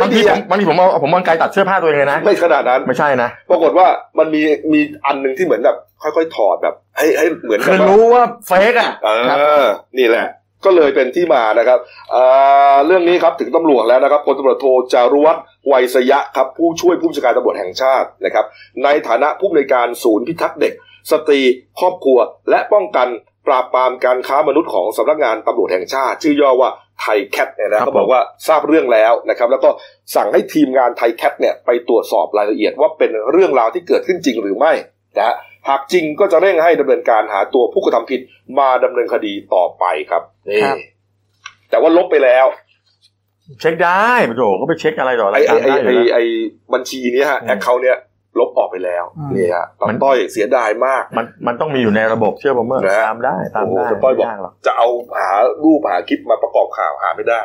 B: บา
A: ไม่
B: งที
A: ดีอะ
B: ผมบางทีผมเอาผมมองไกลตัดเสื้อผ้าตัวเองเลยนะ
A: ไม่ขนาดนั้น
B: ไม่ใช่นะ
A: ปรากฏว่ามันมีมีอันหนึ่งที่เหมือนแบบค่อย ๆ ถอดแบบ ให้ให้เหมือนกั
B: คื
A: บ
B: อ
A: ว่า
B: รู้ว่าเฟกอ่ะ
A: เออนี่แหละ ก็เลยเป็นที่มานะครับเอ่อเรื่องนี้ครับถึงตำรวจแล้วนะครับพลตำรวจโทจารุวัฒน์ไวยสยะครับผู้ช่วยผู้บัญชาการตำรวจแห่งชาตินะครับ ในฐานะผู้อำนวยการศูนย์พิทักษ์เด็ก สตรีครอบครัว และป้องกันปราบปรามการค้ามนุษย์ของสำนักงานตำรวจแห่งชาติ ชื่อย่อว่าไทยแคทเนี่ยนะเขาบอกว่าทราบเรื่องแล้วนะครับ แล้วก็สั่งให้ทีมงานไทยแคทเนี่ยไปตรวจสอบรายละเอียดว่าเป็นเรื่องราวที่เกิดขึ้นจริงหรือไม่นะฮะหากจริงก็จะเร่งให้ดำเนินการหาตัวผู้กระทำผิดมาดำเนินคดีต่อไปครับนี่
C: ครับ
A: แต่ว่าลบไปแล้ว
B: เช็คได้โอ้โหก็ไปเช็คอะไรต่ออะไร
A: ไอ้
B: ตา
A: ไอ้
B: ม
A: ไอ้
B: ได้อยู่
A: ไอ้
B: แล้ว
A: ไอ้บัญชีเนี้ยฮะ
B: อืม
A: แอคเคาท์เนี้ยลบออกไปแล้ว
C: อืม
A: นี่ฮะตา
B: มัน
A: ต้อยเสียดายมาก
B: มันมันต้องมีอยู่ในระบบเชื่อผมเมื่อะ
A: นะฮะ
B: ตามได้ตาม
A: โอ้โห
B: ได้
A: แต่ต้อยบอก
B: ไม่ากหร
A: จะเอาหารูปหาคลิปมาประกอบข่าวหาไม่ได้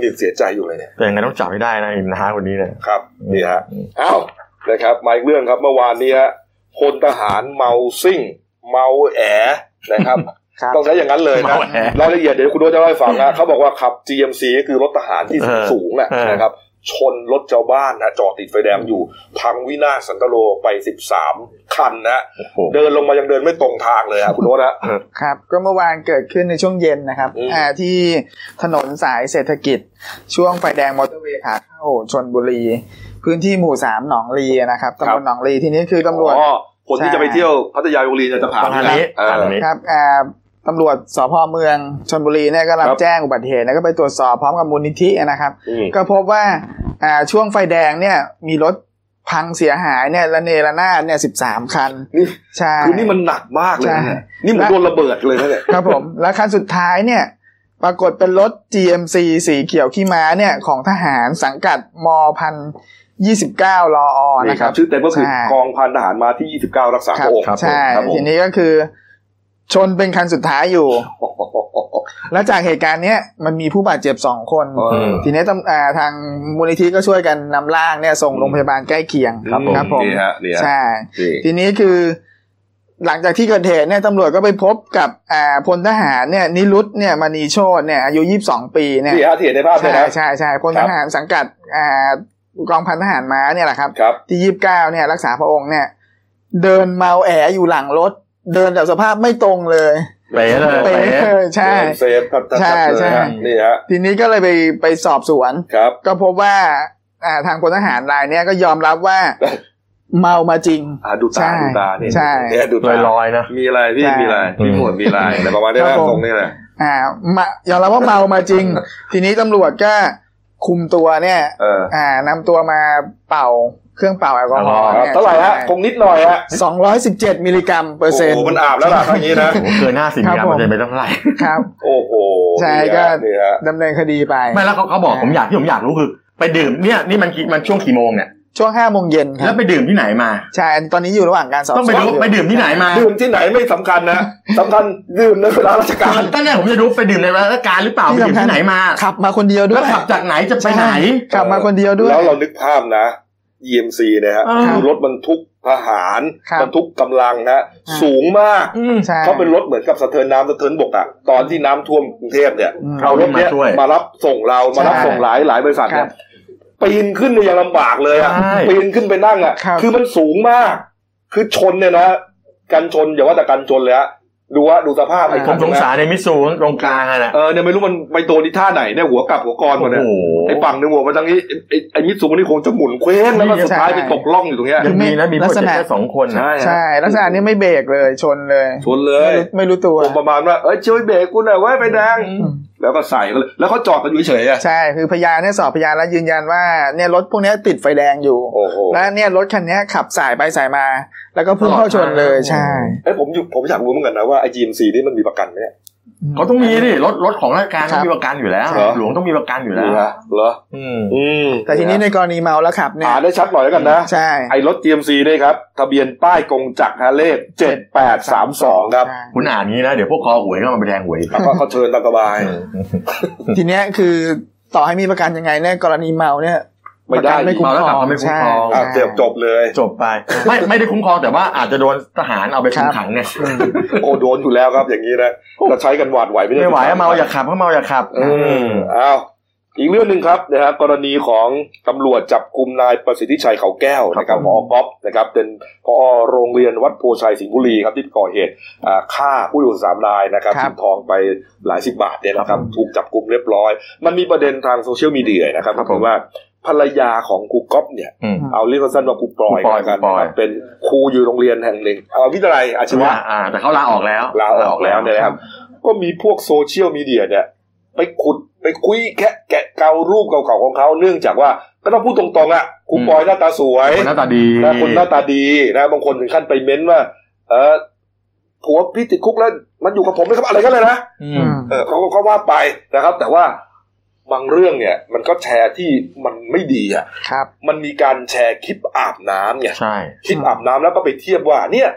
A: นี่เสียใจอยู่เลยเนี่ย
B: แต่ยังไงต้องจับให้ได้นะอิมนะฮะคนนี้เนี่ย
A: ครับนี่ฮะ
B: อืม
A: เอ้านะครับมาอีกเรื่องครับเมื่อวานนี้ฮะพลทหารเมาซิ่ง เมาแอนะครับ
C: ครับ
A: ต้องใช้อย่างนั้นเลยนะ
B: เมาแอ
A: รายละเอียดเดี๋ยวคุณโน้ตจะเล่าให้ฟังนะเขาบอกว่าขับ GMC ก็คือรถทหารที่
B: เออ
A: สูงแหละ
B: เออ
A: นะครับ ชนรถชาวบ้านนะจอดติดไฟแดงอยู่ พังวินาศสันตโลไป 13 คันนะ
B: โอ้โห
A: เดินลงมายังเดินไม่ตรงทางเลยฮะคุณโน้ตนะ
C: ครับ ก็เมื่อวานเกิดขึ้นในช่วงเย็นนะครับ
A: อืม
C: อ่าที่ถนนสายเศรษฐกิจ ช่วงไฟแดงมอเตอร์เวย์ขาเข้าชนบุรี พื้นที่หมู่สามหนองลีนะครับตำบลหนองลีที่นี้คือตำรวจ
A: อ๋อคนที่จะไปเที่ยวพัทยาโยลีเนี่ยจะผ่าน
B: ผ่านนี้
A: เออ
B: ผ่านนี้
C: ครับอ่าตำรวจสพเมืองชนบุรีเนี่ยก็รับ
A: ครับ
C: แจ้งอุบัติเหตุแล้วก็ไปตรวจสอบพร้อมกับมูลนิธินะครับ
A: อืม
C: ก็พบว่าอ่าช่วงไฟแดงเนี่ยมีรถพังเสียหายเนี่ยและเนระนาดเนี่ยสิบสามคัน
A: นี่
C: ใช่
A: คือนี่มันหนักมากเลยนะเนี่ยนี่เหมือน
C: และ
A: โดนระเบิดเลยนะเนี่ย
C: ครับผมและคันสุดท้ายเนี่ยปรากฏเป็นรถ GMC สีเขียวขี้ม้าเนี่ยของทหารสังกัดมพันยี่สิบเก้ารออนะ
A: นี่
C: ค
A: ค
C: รั
A: รับ บ ชื่อเต็มก็คือ
C: ใช่
A: กองพันทหารมาที่ 29 รักษา
C: ค
A: พ
C: รับ
A: ระองค์
B: ครับ
C: ใช่
A: ครับผม
C: ทีนี้ก็คือชนเป็นคันสุดท้ายอยู่ และจากเหตุการณ์เนี้ยมันมีผู้บาดเจ็บสองคน
A: เออ
C: ทีนี้ตำอ่าทางมูลนิธิก็ช่วยกันนำร่างเนี่ยส่งโรงพยาบาลใกล้เคียง
A: ครับผม
C: ครับผม
A: นี่ฮะนี่ฮะ
C: ใช่
A: นี่
C: ทีนี้คือหลังจากที่เกิดเหตุเนี่ยตำรวจก็ไปพบกับอ่าพลทหารเนี่ยนิรุตเนี่ยมณีโชตเนี่ยอายุ 22 ปีเนี่ย
A: นี่ฮะที่เห็นในภาพเลย
C: ใช่
A: นะ
C: ใช่ใช่พลทหารสังกัดอ่ากองพันทหารม้าเนี่ยแหละครับ
A: ครับ
C: ที่ 29เนี่ยรักษาพระองค์เนี่ยเดินเมาแออยู่หลังรถ
D: เดินแบบสภาพไม่ตรงเลย
B: เป๋เลย
D: เป๊
B: เป๋
D: ะใช่
A: เซฟครับทัด
D: ใช่
A: ๆเลย
D: ใช่
A: ฮะนี่ฮะ
D: ทีนี้ก็เลยไปไปสอบสวน
A: ครับ
D: ก็พบว่าอ่าทางพลทหารรายเนี้ยก็ยอมรับว่า เมามาจริง
A: อ่าดูตา
D: ใช่
A: ดูตาเนี่ย
D: ใช่
A: เนี่ยดู
B: ล
A: ตา
B: อยๆนะ
A: มีอะไรพี่
D: ใช่
A: มีอะไรพี่หมวดมีอะไรอะไรประมาณนี้
D: ครั
A: นะ
D: บผม
A: ตรงนี้แหละ
D: อ่ามายอมรับว่าเมามาจ ริง ทีนี้ตำรวจก็คุมตัวเนี่ย
A: เออ
D: อ่านำตัวมาเป่าเครื่องเป่าแอลกอฮอล์
A: อ่า
D: เนี่ย
A: เท่าไหร่ฮะคงนิดหน่อยฮะ
D: สองร้อยสิบเจ็ดมิลลิกรัมเปอร์
A: โอ้โห
D: เซ็นต์
A: มันอาบแล้วล่ะทั้งนี้นะ
B: โอ้โหเกินห้าสิบ
D: ครับ
B: กรัม
D: ผม
B: มันจะไปเท่าไหร่
D: ครับ
A: โอ้โห
D: ใช่
A: นี่
D: ก็
A: ฮะนี่ฮะ
D: ดำเนินคดีไป
B: ไม่แล้วเขาเขาบอก
D: ใช่
B: ผมอยากที่ผมอยากรู้คือ ไปดื่มเนี่ยนี่มันกี่มันช่วงกี่โมงเนี่ย
D: ช่วงห้าโมงเย็นค
B: แล้
D: รั
B: ว
D: บ
B: ไปดื่มที่ไหนมา
D: ใช่อันตอนนี้อยู่ระหว่างการสอบ
B: ต้องไป
D: สวน
B: รู้
D: อยู่
B: ไปดื่มที่ไหนมา
A: ดื่มที่ไหนไม่สำคัญนะสำคัญดื่มใน เวลาราชการ
B: ตั้งแต่ผมจะรู้ไปดื่มในเวลาราชการหรือเปล่าไปดื่มที่ไหนมา
D: ขับมาคนเดียวด้
B: แล้ว วยขับจากไหนจะไปไหน
D: ขับมาคนเดียวด้วย
A: แล้วเรานึกภาพนะ EMC นะฮะ
B: อ่า
A: คือรถบรรทุกทหาร
D: ครับ
A: บรรทุกกำลังนะสูงมาก
B: อืม
D: ใช่
A: เขาเป็นรถเหมือนกับสะเทินน้ำสะเทินบกอะตอนที่น้ำท่วมกรุงเทพเนี่ย
D: อืม
A: เอารถเนี้ย
B: มาช่วย
A: มารับส่งเรามารับ
D: ใช่
A: ส่งหลายหลายบริษัท
D: ค
A: เนี่ย
D: รับ
A: ปีนขึ้นเนี่ยยังลำบากเลยอะ
B: ใช่
A: ปีนขึ้นไปนั่งอะ
D: ครับ
A: คือมันสูงมาก คือชนเนี่ยนะกันชนอย่าว่าแต่กันชนเลยฮะดูว่าดูสภาพไอ้
B: ผ
A: คั
B: ม
A: น
B: สง
A: เนี้ย
B: สารในมิสซูตรงกลางอะน่ะ
A: เออเนี่ยไม่รู้มันไปโดนที่ท่าไหนเนี่ยหัวกลับหัวกรอนหมดเนี่ย
B: โอ้โห
A: ไอ้ฝั่งหนึ่งหัวมาทางนี้ไอ้ไอ้ไอ้มิตซูมันนี่คงจะหมุนเคว้งแล้วก็สุดท้ายไปตกล่องอยู่ตรงเนี้ย
B: ยังมีนะมี
D: ลั
B: ผู้
D: กษ
B: เจ็บ
D: ณะ
B: แค่สองคน
A: ฮ
B: นะ
A: ะ
D: ใช่ลักษณะนี้ไม่เบรกเลยชนเลย
A: ชนเล
D: ไม่รู้
A: ย
D: ไม่รู้ตัว
A: คงประมาณว่าเอ้ยช่วยเบรกกูหน่อยไว้ยไปแดง
D: อืม
A: แล้วก็ใส่ก็เลยแล้วเขาจอดกันอยู่เฉยๆอ่ะ
D: ใช่คือพยานเนี่ยสอบพยานแล้วยืนยันว่าเนี่ยรถพวกเนี้ยติดไฟแดงอยู่
A: โอ้โห
D: และเนี่ยรถคันเนี้ยขับสายไปสายมา แล้วก็พุ่งเข้าชนเลย
B: ตลอดทาง
D: ใช่
A: เอ้ยผมอยู่ผมอยากรู้เหมือนกันนะว่าไอ้ GMC นี่มันมีประกันไหมเนี่ย
B: เขาต้องมีดิรถรถของราชการ
D: ครั
B: ต้อบ งมีประกันอยู่แล้ว
A: เหรอ
B: หลวงต้องมีประกันอยู่แล้ว
A: เหรอเหรอ
B: อืม
A: อืม
D: แต่ทีนี้ในกรณีเมาแล้วขับเนี่ย
A: อ่านได้ชัดหน่อยแล้วกันนะ
D: ใช่
A: ไอ้รถ GMC นี่ครับ ทะเบียนป้ายกงจักรฮาเลขเจ็ดแปดสามสองครับ
B: คุณอ่านนี้นะ เดี๋ยวพวกคอหวยก็มาไปแทงหวยอีก
A: แล้วก็เขาเชิญตามสบาย
D: ทีเนี้ยคือต่อให้มีประกันยังไงเนี่ยกรณีเมาเนี่ย
A: ไม่
D: ประ
A: ได้
D: กันไม่ คุ้ม
B: เมาแล้วกลับ
D: ครอง
B: มาไม่คุ้มครอง
D: ใช่
A: อ่ะเจ็บจบเลย
B: จบไปไม่ไม่ได้คุ้มครองแต่ว่าอาจจะโดนทหารเอาไปคุมขังไง
A: โอ้โดนอยู่แล้วครับ อย่างนี้นะเราใช้กันหวาดไหวไม่ได้
B: ไม่ไหวอะเมาอย่าขับก็เมาอย่าขับ
A: เอออ้าวอีกเรื่องหนึ่งครับนะฮะกรณีของตำรวจจับกลุ่มนายประสิทธิชัยเขาแก้วนะครับพอก๊อฟนะครับเป็นพอโรงเรียนวัดโพชัยสิงห์บุรีครับที่ก่อเหตุอ่าฆ่าผู้อยู่สามรายนะครับ
D: ครับ
A: ชิงทองไปหลายสิบบาทเนี่ยนะครับ ถูกจับกลุ่มเรียบร้อย มันมีประเด็นทางโซเชียลมีเดียนะครับก็คือว่าภรรยาของครูก๊อฟเนี่ย
B: อืม
A: เอาเรียกสั้นๆว่าครูปลอย
B: ครูปอย
A: กัน
B: ครูปอย
A: นะครับเป็นครูอยู่โรงเรียนแห่งหนึ่งเอาวิทยาลัยอาชีวะ
B: ว่าอ่า แต่เขาลาออกแล้ว
A: ลาออกแล้วเนี่ยนะครับ ก็มีพวกโซเชียลมีเดียเนี่ย ไปขุดไปคุยแกะแกะเการูปเก่าๆของเขาเนื่องจากว่าก็ต้องพูดตรงๆอ่ะครูปอยหน้าตาสวย
B: คนหน้าตาดี
A: นะคนหน้าตาดีนะบางคนถึงขั้นไปเม้นว่า เออผัวพี่ติดคุกแล้ว มันอยู่กับผมไหมครับอะไรก็เลยนะ
B: อื
D: อื
B: ม
D: ม
A: เออเขาก็เขาว่าไปนะครับ แต่ว่าบางเรื่องเนี่ย มันก็แชร์ที่มันไม่ดีอ่ะ
D: ครับ
A: มันมีการแชร์คลิปอาบน้ำเนี่ย
B: ใช่
A: คลิปอาบน้ำแล้วก็ไปเทียบว่าเนี่ย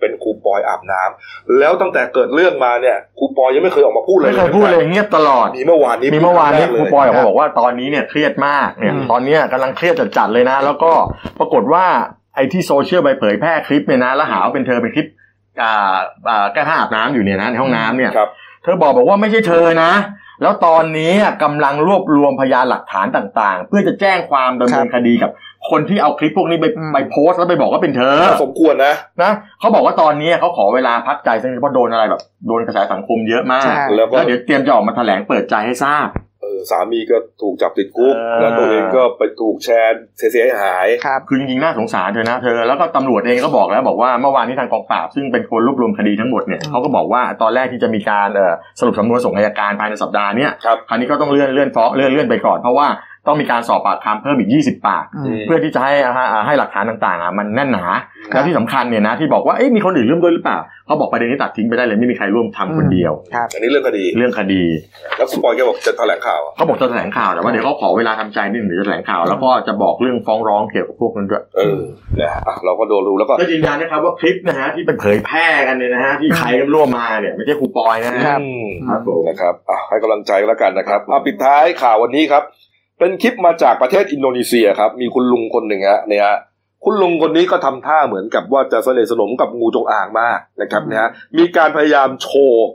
A: เป็นครูปอยอาบน้ำแล้วตั้งแต่เกิดเรื่องมาเนี่ยครูปอยยังไม่เคยออกมาพูดเลย
B: ไม่เคยพูดเลยเงียบตลอด
A: มีเมื่อวานนี้
B: มีเมื่อวานนี้
A: พูด
B: ครู
A: รั้งแรก
B: ปอยออก
A: เ
B: มาบอกว่าตอนนี้เนี่ยเครียดมากเนี่ย
D: อืม
B: ตอนเนี้ยกำลังเครียดจัดๆเลยนะ แล้วก็ปรากฏว่าไอ้ที่โซเชียลไปเผยแพร่คลิปเนี่ยนะแล้วหาว่าเป็นเธอเป็นคลิปอ่าอ่าแก้ผ้าอาบน้ำอยู่เนี่ยนะในห้องน้ำเนี่ย
A: ครับ
B: เธอบอกบอกว่าไม่ใช่เธอนะ แล้วตอนนี้กำลังรวบรวมพยานหลักฐานต่างๆ เพื่อจะแจ้งความดำเนินคดีกับ คนที่เอาคลิปพวกนี้ไป
D: อืม
B: ไปโพสต์แล้วไปบอกว่าเป็นเธอ
A: สมควรนะ
B: นะเขาบอกว่าตอนนี้เขาขอเวลาพักใจสักนิดเพราะโดนอะไรแบบโดนกระแสสังคมเยอะมาก
D: ใช่
A: แล้วก็
B: แล้วเดี๋ยวเตรียมจะออกมาแถลงเปิดใจให้ทราบ
A: เออสามีก็ถูกจับติดคุก
B: เออ
A: แล้วตัวเองก็ไปถูกแชร์เสียหาย
D: ครับ
B: คือจริงๆน่าสงสารเธอนะเธอแล้วก็ตำรวจเองก็บอกแล้วบอกว่าเมื่อวานนี้ทางกองปราบซึ่งเป็นคนรวบรวมคดีทั้งหมดเนี่ย
D: อืม
B: เขาก็บอกว่าตอนแรกที่จะมีการเอ่อสรุปสำนวนส่งอัยการภายในสัปดาห์เนี่ย
A: ครับ
B: คราวนี้ก็ต้องเลื่อนเลื่อนฟ้องเลื่อนเลื่อนไปก่อนเพราะว่าต้องมีการสอบปากคำเพิ่มอีก 20 ปาก
D: อืม
B: เพื่อที่จะให้ให้ให้หลักฐานต่างๆอ่ะมันแน่นหนา
D: ครับ
B: แล้วที่สำคัญเนี่ยนะที่บอกว่าเอ๊ะมีคนอื่นร่วมด้วยหรือเปล่าเขาบอกประเด็นนี้ตัดทิ้งไปได้เลยไม่มีใครร่วมทำคน
D: อืม
B: เดียว
D: ครับ
A: อันนี้เรื่องคดี
B: เรื่องคดี
A: แล้วครูปอยแกบอกจะแถลงข่าวอะ
B: เขาบอกจะแถลงข่าวแต่ว่าเดี๋ยวเขาขอเวลาทำใจนิดหนึ่งเดี๋ยวจะแถลงข่าวแล้วก็จะบอกเรื่องฟ้องร้องเกี่ยวกับพวกนั้นด้วย
A: เออนะอ่ะเราก็โดนรู้แล้วก็
B: ก็ยืนยันนะครับว่าคลิปนะฮะที่เป็นเผยแพร่กันเนี่ยนะฮะที่ใครกันร่วมมาเนี่ยไม่ใช่ครูปอยนะฮะ
D: ครับ
A: อืม
B: ครับผม
A: นะครับอ่ะให้กำลังใจกันแล้วกันนะครับมาปิดท้ายข่าววันนี้ครับ เป็นคลิปมาจากประเทศอินโดนีเซียครับ มีคุณลุงคนหนึ่งฮะเนี่ยฮะคุณลุงคนนี้ก็ทำท่าเหมือนกับว่าจะสนิทสนมกับงูจงอางมากนะครับ
D: อืม
A: นะฮะมีการพยายามโชว์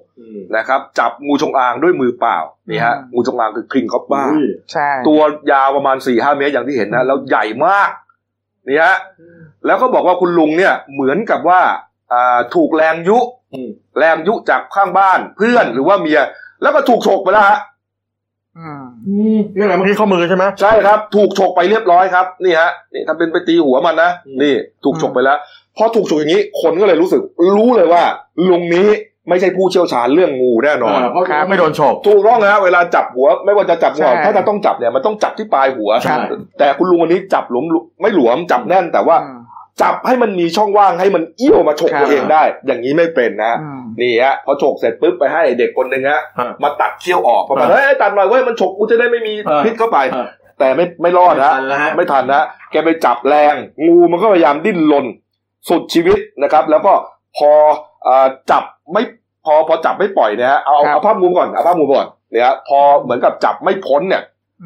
A: นะครับจับงูจงอางด้วยมือเปล่านี่ฮะ
D: อืม
A: งูจงอางคือคิงคอปบ้า
D: ใช่
A: ตัวยาวประมาณสี่ห้าเมตรอย่างที่เห็นนะแล้วใหญ่มากนี่ฮะแล้วก็บอกว่าคุณลุงเนี่ยเหมือนกับว่า อ่าถูกแรงยุ แรงยุจากข้างบ้านเพื่อนหรือว่าเมีย แล้วก็ถูกฉกไปแล้วฮะ
D: อืม
B: นี่แหละเมื่อกี้ข้อมือใช่ไหม
A: ใช่ครับ ถูกฉกไปเรียบร้อยครับนี่ฮะนี่ถ้าเป็นไปตีหัวมันนะนี่ ถูกฉกไปแล้วพอถูกฉกอย่างนี้คนก็เลยรู้สึก รู้เลยว่า ลุงนี้ไม่ใช่ผู้เชี่ยวชาญเรื่องงูแน่นอน
B: เพราะไม่โดนฉก
A: ถูกต้องนะเวลาจับหัว ไม่ว่าจะจับหัวถ้าจะต้องจับเนี่ยมันต้องจับที่ปลายหัว
B: ใช่
A: แต่คุณลุงวันนี้จับหลวมไม่หลวมจับแน่นแต่ว่า
D: อืม
A: จับให้มันมีช่องว่างให้มันเอี้ยวมาฉกตัวเองได้ อย่างนี้ไม่เป็นนะ
D: อืม
A: นี่ฮะพอฉกเสร็จปุ๊บไปให้เด็กคนหนึ่งฮะ
B: ฮะ
A: มาตัดเขี้ยวออกประมาณ
B: เออ
A: เฮ้ยตัดหน่อยเว้ยมันฉกกูจะได้ไม่มี
B: เออ
A: พิษเข้าไป
B: เออ
A: แต่ไม่ไม่รอดฮะ
B: แล้วฮะ
A: ไม่ทันนะ แกไปจับแรง งูมันก็พยายามดิ้นรนสุดชีวิตนะครับ แล้วก็พอเอ่อจับไม่พอพอจับไม่ปล่อยเนะฮะ เอาเอาเอาภาพงูก่อน เอาภาพงูก่อนเนี่ยฮะพอเหมือนกับจับไม่พ้นเนี่ย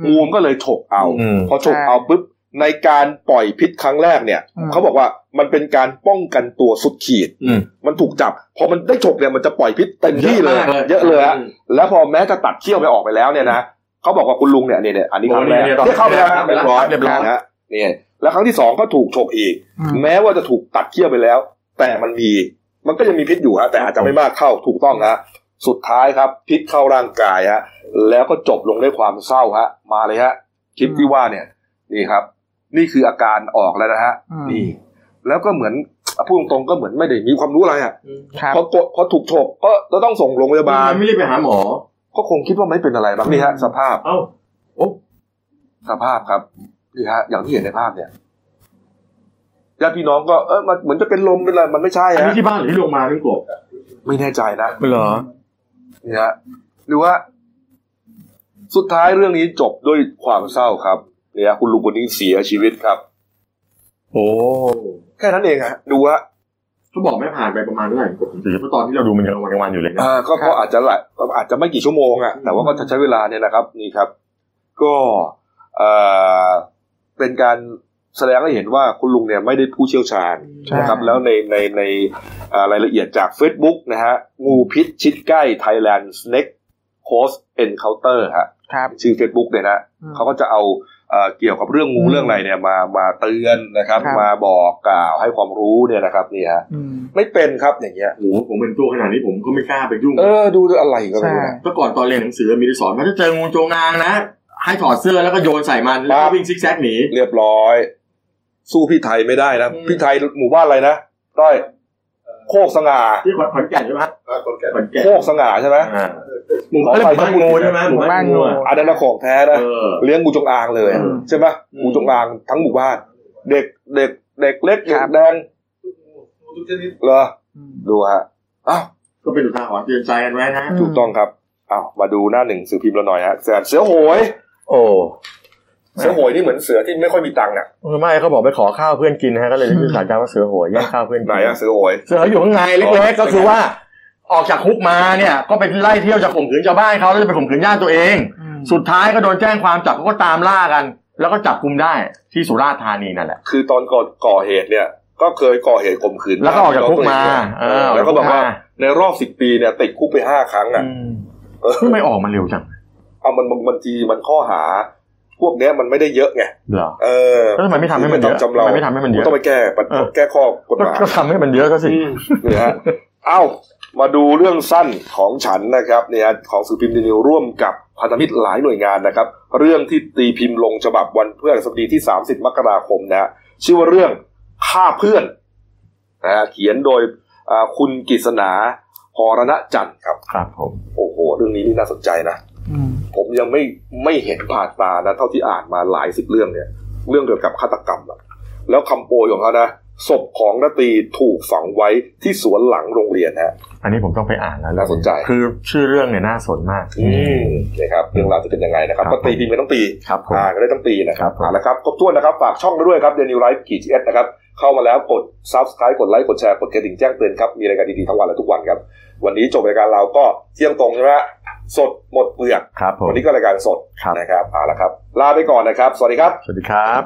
A: งูมันก็เลยฉกเอา
B: อืม
A: พอฉกเอาปุ๊บ ในการปล่อยพิษครั้งแรกเนี่ย
D: อืม
A: เขาบอกว่ามันเป็นการป้องกันตัวสุดขีด
B: อืม
A: มันถูกจับ พอมันได้ฉกเนี่ยมันจะปล่อยพิษเต็มที่เลย
B: มาก
A: เยอะเลยฮะ แล้วพอแม้จะตัดเขี้ยวไปออกไปแล้วเนี่ยนะเขาบอกว่าคุณลุงเนี่ยเนี่ยเนี่ยอันนี้ครั้งแรก
B: โอ้นี่
A: เนี่ยเข้าไปแล้ว
B: เรี
A: เรี
B: ย
A: ย
B: บบ ร้
A: ร้
B: อ
A: อย ย
B: เรียบร้อย
A: นะฮะเนี่ยแล้วครั้งที่สองก็ถูกฉกอีก
D: อืม
A: แม้ว่าจะถูกตัดเขี้ยวไปแล้ว แต่มันมีมันก็ยังมีพิษอยู่ฮะแต่อาจจะไม่มากเข้าถูกต้องฮะสุดท้ายครับ พิษเข้าร่างกายฮะแล้วก็จบลงด้วยความเศร้าฮะมาเลยฮะคลิปที่ว่าเนี่ยนี่ครับ นี่คืออาการออกแล้วนะฮะ
D: อืม
A: นี่แล้วก็เหมือนอ่ะพูดตรงๆก็เหมือนไม่ได้มีความรู้อะไรอ่ะ
D: ครับ
A: พอกดพอถูกฉกก็ก็ต้องส่งโรงพยาบาล
B: ไม่รีบไปหาหมอ
A: ก็คงคิดว่าไม่เป็นอะไรบ้างนี่ฮะสภาพ
B: เอ้าโอ้
A: สภาพครับนี่ฮะ อย่างที่เห็นในภาพเนี่ยญาติพี่น้องก็เออมันเหมือนจะเป็นลมเป็นอะไรมันไม่ใช่
B: อัน
A: ฮะ
B: นี้ที่บ้านหรือที่โรงพยาบาลหรือกบ
A: ไม่แน่ใจนะ
B: เหรอ
A: นี่ฮะหรือว่า สุดท้ายเรื่องนี้จบด้วยความเศร้าครับเนี่ยฮะคุณลุงคนนี้เสียชีวิตครับ
B: โอ้
A: แค่นั้นเองฮะดูฮะ
B: เขาบอกไม่ผ่านไปประมาณเท่าไหร่กบหรือว่าตอนที่เราดูมันยังวันวันอยู่เลยนะ
A: อ่าก็ก็อาจจะหลายอาจจะไม่กี่ชั่วโมงอะแต่ว่าก็จะใช้เวลาเนี่ยนะครับ นี่ครับ ก็เอ่อเป็นการแสดงให้เห็นว่าคุณลุงเนี่ยไม่ได้ผู้เชี่ยวชาญ
D: ใช่
A: นะครับแล้วในในในอ่ารายละเอียดจาก Facebook นะฮะงูพิษชิดใกล้ Thailand Snake Coast Encounter ฮะ
D: ครับ
A: ชื่อ Facebook เนี่ยนะ
D: อืม
A: เขาก็จะเอาเอ่อเกี่ยวกับเรื่องงู
D: อืม
A: เรื่องอะไรเนี่ยมามาเตือนนะครับ
D: ครับ
A: มาบอกกล่าวให้ความรู้เนี่ยนะครับนี่ฮะ
D: อืม
A: ไม่เป็นครับอย่างเงี้ย
B: โอ้โหผมเป็นตัวขนาดนี้ผมก็ไม่กล้าไปยุ่ง
A: เออดูดูอะไรก็ไม่รู้นะ
B: เมื่อก่อนตอนเรียนหนังสือมีที่สอนว่าถ้าเจองูจงอางนะ ให้ถอดเสื้อแล้วก็โยนใส่มันแล้ว
A: ครับ
B: ก็วิ่งซิกแซกหนี
A: เรียบร้อย สู้พี่ไทยไม่ได้นะ
B: อืม
A: พี่ไทยหมู่บ้านอะไรนะต้อยโคกสง่า
B: ที่ขอนขอนแก่นใช่ไหมฮะขอนแก่น
A: โคกสง่าใช่ไหม
B: อ่า
A: หมู่บ้าน
B: หมู่บ้านงูใช่ไหมหมู่บ้าน
D: ห
B: งู
D: มู่บ้านงู
A: อันนั้นนะของแท้นะ
B: เออ
A: เลี้ยงงูจงอางเลย
B: อืม
A: ใช่ไหม
B: อืม
A: งูจงอางทั้งหมู่บ้าน เด็กเด็ก เด็กเล็ก
D: ค
A: เด็
D: รั
A: ก
D: บ
A: แดงเหรอ
D: อืม
A: ดูฮะอ้าว
B: ก็เป็นอุทาหรณ์เตือนใจกันไว้นะ
D: อืม
A: ถูกต้องครับอ้าวมาดูหน้าหนึ่งสือพิมพ์เราหน่อยฮะเสือเสือโหย
B: โอ้
A: เสือโหยนี่เหมือนเสือที่ไม่ค่อยมีตังค์อ่ะ
B: เออไม่เขาบอกไปขอข้าวเพื่อนกินนะฮะก็เลยเรียกสาใจว่าเสือโหยแย่งข้าวเพื่อน
A: ไหน
B: กิ
A: อะเสือโหย
B: เสืออยู่ข้างในเล็กๆก็คือว่า ออกจากคุกมาเนี่ย ก็ไปไล่เที่ยวจะข่มขืนชาวบ้านเขาแล้วจะไปข่มขืนญาติตัวเอง
D: อืม
B: สุดท้ายก็โดนแจ้งความจับเขาก็ตามล่ากัน แล้วก็จับกุมได้ที่สุราษฎร์ธานีนั่นแหละ
A: คือตอนก่อนก่อเหตุเนี่ย ก็เคยก่อเหตุข่มขืน
B: แล้วก็ออกจากคุกมา
A: เออแล้วก็บอกว่าในรอบสิบปีเนี่ยติดคุกไปห้าครั้งอ่ะเออ
B: ทำไมออกมาเร็วจัง
A: เอามันบางทีมันข้อหา พวกเนี้ยมันไม่ได้เยอะไง
B: เหรอ
A: เออ
B: แล้วทำไมไม่ทำให้มันเยอะ
A: จำเรา
B: ทำไมไม่ทำให้มันเยอะ
A: ต้องไปแก้ปัญ
B: เออ
A: แก้ข้อกฎหมาย
B: ก็ทำให้มันเยอะก็สิ
A: เนี่ยฮะเอ้ามาดูเรื่องสั้นของฉันนะครับเนี่ยฮะของสื่อพิมพ์ดีนิวร่วมกับพันธมิตรหลายหน่วยงานนะครับ เรื่องที่ตีพิมพ์ลงฉบับวันเพื่อนสัปดีที่ 30 มกราคมนะฮะชื่อว่าเรื่องฆ่าเพื่อนนะฮะเขียนโดยอ่าคุณกฤษณาพรณจันทร์ครับ
B: ครับผม
A: โอ้โห เรื่องนี้นี่น่าสนใจนะ
D: อืม
A: ผมยังไม่ไม่เห็นผ่านตานะ เท่าที่อ่านมาหลายสิบเรื่องเนี่ย เรื่องเกี่ยวกับฆาตกรรมอะแล้วคำโปรยของเขานะศพของนาตรีถูกฝังไว้ที่สวนหลังโรงเรียนฮะ
B: อันนี้ผมต้องไปอ่านแล้ว
A: น่าสนใจ
B: คือชื่อเรื่องเนี่ยน่าสนมาก
A: นะครับเรื่องราวจะเป็นยังไงนะครับ
B: ครับ
A: ก็ตีพิมพ์ไม่ต้องตี
B: ครับผม
A: อ่านก็ได้ต้องตีนะค
B: ครั
A: รับบ
B: ผม
A: เอาละครับครบถ้วนนะครับฝากช่องเราด้วยครับเดนิวไลฟ์กีจีเอสนะครับเข้ามาแล้วกด subscribe กดไลค์กดแชร์กดกระดิ่งแจ้งเตือนครับมีรายการดีๆทั้งวันและทุกวันครับวันนี้จบรายการเราก็เที่ยงตรงใช่ไหมฮะสดหมดเปลือก
B: ครับผม
A: วันนี้ก็รายการสด
B: ครับ
A: นะครับเอาละครับ ลาไปก่อนนะครับ สวัสดีครับ
B: สวัสดีครับ